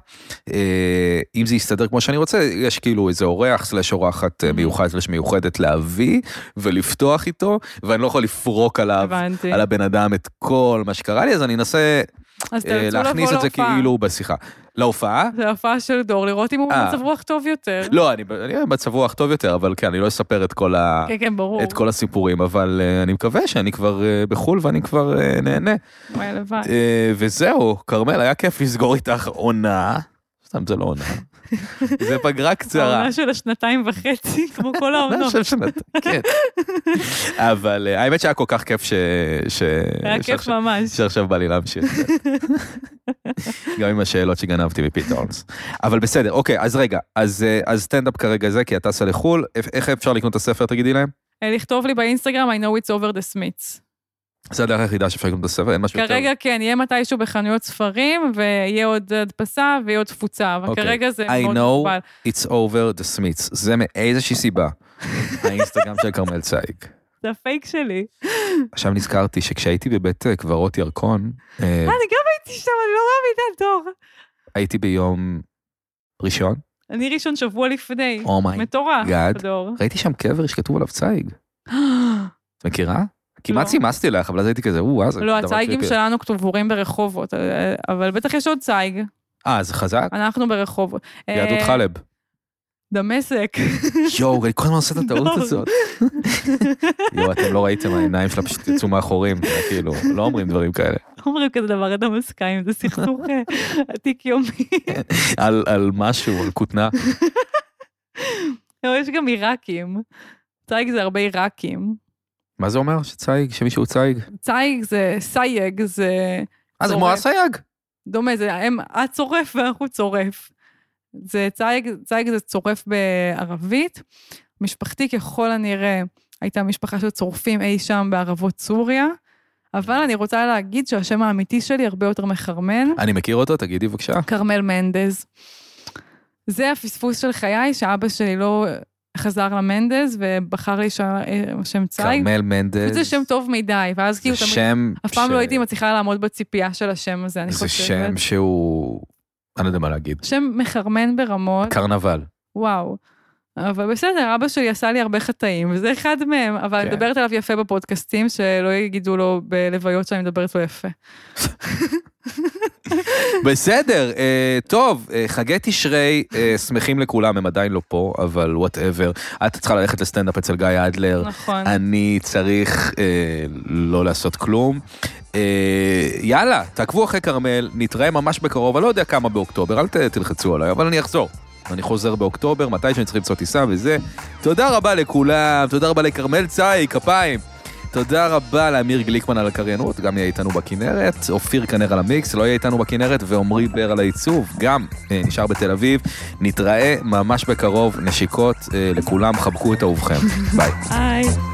אה, אם זה יסתדר כמו שאני רוצה, יש כאילו איזה אורח סלש אורחת
Mm-hmm.
אה, מיוחד סלש מיוחדת להביא ולפתוח איתו, ואני לא יכול לפרוק עליו,
הבנתי.
על הבן אדם את כל מה שקרה לי, אז אני אנסה
אז
אה,
תרצו
להכניס
לבוא
את זה
להופעה.
כאילו בשיחה. להופעה?
זה הופעה של דור, לראות אם הוא
אה.
במצב רוח טוב יותר.
לא, אני אני במצב רוח טוב יותר, אבל כן, אני לא אספר את כל ה...
כן, כן, ברור.
את כל הסיפורים, אבל אה, אני מקווה שאני כבר אה, בחו"ל ואני כבר אה, נהנה.
וואי, לבד.
אה, וזהו, כרמל, היה כיף לסגור איתך עונה. סתם, זה לא עונה. זה פגרה קצרה.
העונה של השנתיים וחצי, כמו כל
אני
העונות.
חושב שנת- כן. אבל אה, האמת שהיה כל כך כיף ש... ש-
היה כיף
שעכשיו-
ממש.
שעכשיו בא לי להמשיך. גם עם השאלות שגנבתי מפיט אורנס. אבל בסדר, אוקיי, אז רגע, אז אה, אז סטנדאפ כרגע זה, כי את טסה לחו"ל, איך- איך אפשר לקנות את הספר, תגידי להם?
אה, לכתוב לי באינסטגרם, I know it's over the smiths.
זה הדרך היחידה שאפשר לקנות את הספר, אין משהו יותר.
כרגע כן, יהיה מתישהו בחנויות ספרים, ויהיה עוד הדפסה ויהיה עוד תפוצה, אבל
אוקיי.
כרגע זה
I
מאוד
know.
מוגבל.
It's over the smiths, זה מאיזושהי סיבה. האינסטגרם של כרמל צייג.
זה הפייק שלי.
עכשיו נזכרתי שכשהייתי בבית אה, קברות ירקון, אה,
אה, אני גם הייתי שם, אני לא מאמינה, דור.
הייתי ביום ראשון,
אני ראשון שבוע לפני.
אומיי,
מטורף,
Oh God.
דור. אה,
ראיתי שם קבר שכתוב עליו צייג. את מכירה? כמעט
לא.
סימסתי לך, אבל אז הייתי כזה, או, אה, זה
לא,
דבר
הצייגים
creepy."
שלנו כתובורים ברחובות, אה, אבל בטח יש עוד צייג,
אה, זה חזק?
אנחנו ברחובות. אה,
יהדות חלב.
דמשק.
יואו, אני כל הזמן עושה את הטעות
דור.
הזאת. יואו, אתם לא ראיתם, העיניים שלה פשוט יצאו מאחורים, זה כאילו, לא אומרים דברים כאלה.
לא אומרים כזה דבר, דמשקאים, זה סכסוך אה, עתיק יומי.
על על משהו, על כותנה.
לא, יש גם עיראקים. צייג זה הרבה עיראקים.
מה זה אומר שצייג, שמישהו צייג?
צייג זה, סייג זה
אה, זה
צורף.
כמו הסייג.
דומה, זה הם, את צורף ואנחנו צורף. זה צייג, צייג זה צורף בערבית. משפחתי ככל הנראה הייתה משפחה של צורפים אי שם בערבות סוריה, אבל אני רוצה להגיד שהשם האמיתי שלי הרבה יותר מחרמן,
אני מכיר אותו, תגידי בבקשה.
כרמל מנדז. זה הפספוס של חיי, שאבא שלי לא חזר למנדז ובחר לי ש- שם צייג.
כרמל מנדל.
זה שם טוב מדי, ואז כאילו תמיד...
שם...
אף פעם
ש-
לא הייתי מצליחה לעמוד בציפייה של השם הזה, אני
זה
חושבת.
שם שהוא... אני לא יודע מה להגיד.
שם מחרמן ברמות,
קרנבל.
וואו. אבל בסדר, אבא שלי עשה לי הרבה חטאים, וזה אחד מהם, אבל אני
כן.
מדברת עליו יפה בפודקאסטים, שלא יגידו לו בלוויות שאני מדברת לו יפה.
בסדר, אה, טוב, אה, חגי תשרי, אה, שמחים לכולם, הם עדיין לא פה, אבל וואטאבר. את צריכה ללכת לסטנדאפ אצל גיא אדלר.
נכון.
אני צריך אה, לא לעשות כלום. אה, יאללה, תעקבו אחרי כרמל, נתראה ממש בקרוב, אני לא יודע כמה באוקטובר, אל ת, תלחצו עליי, אבל אני אחזור. אני חוזר באוקטובר, מתי שאני צריך למצוא טיסה וזה. תודה רבה לכולם, תודה רבה לכרמל צאי, כפיים. תודה רבה לאמיר גליקמן על הקריינות, גם יהיה איתנו בכנרת, אופיר כנר על המיקס, לא יהיה איתנו בכנרת, ועמרי בר על העיצוב, גם אה, נשאר בתל אביב. נתראה ממש בקרוב, נשיקות אה, לכולם, חבקו את אהובכם. ביי.
היי.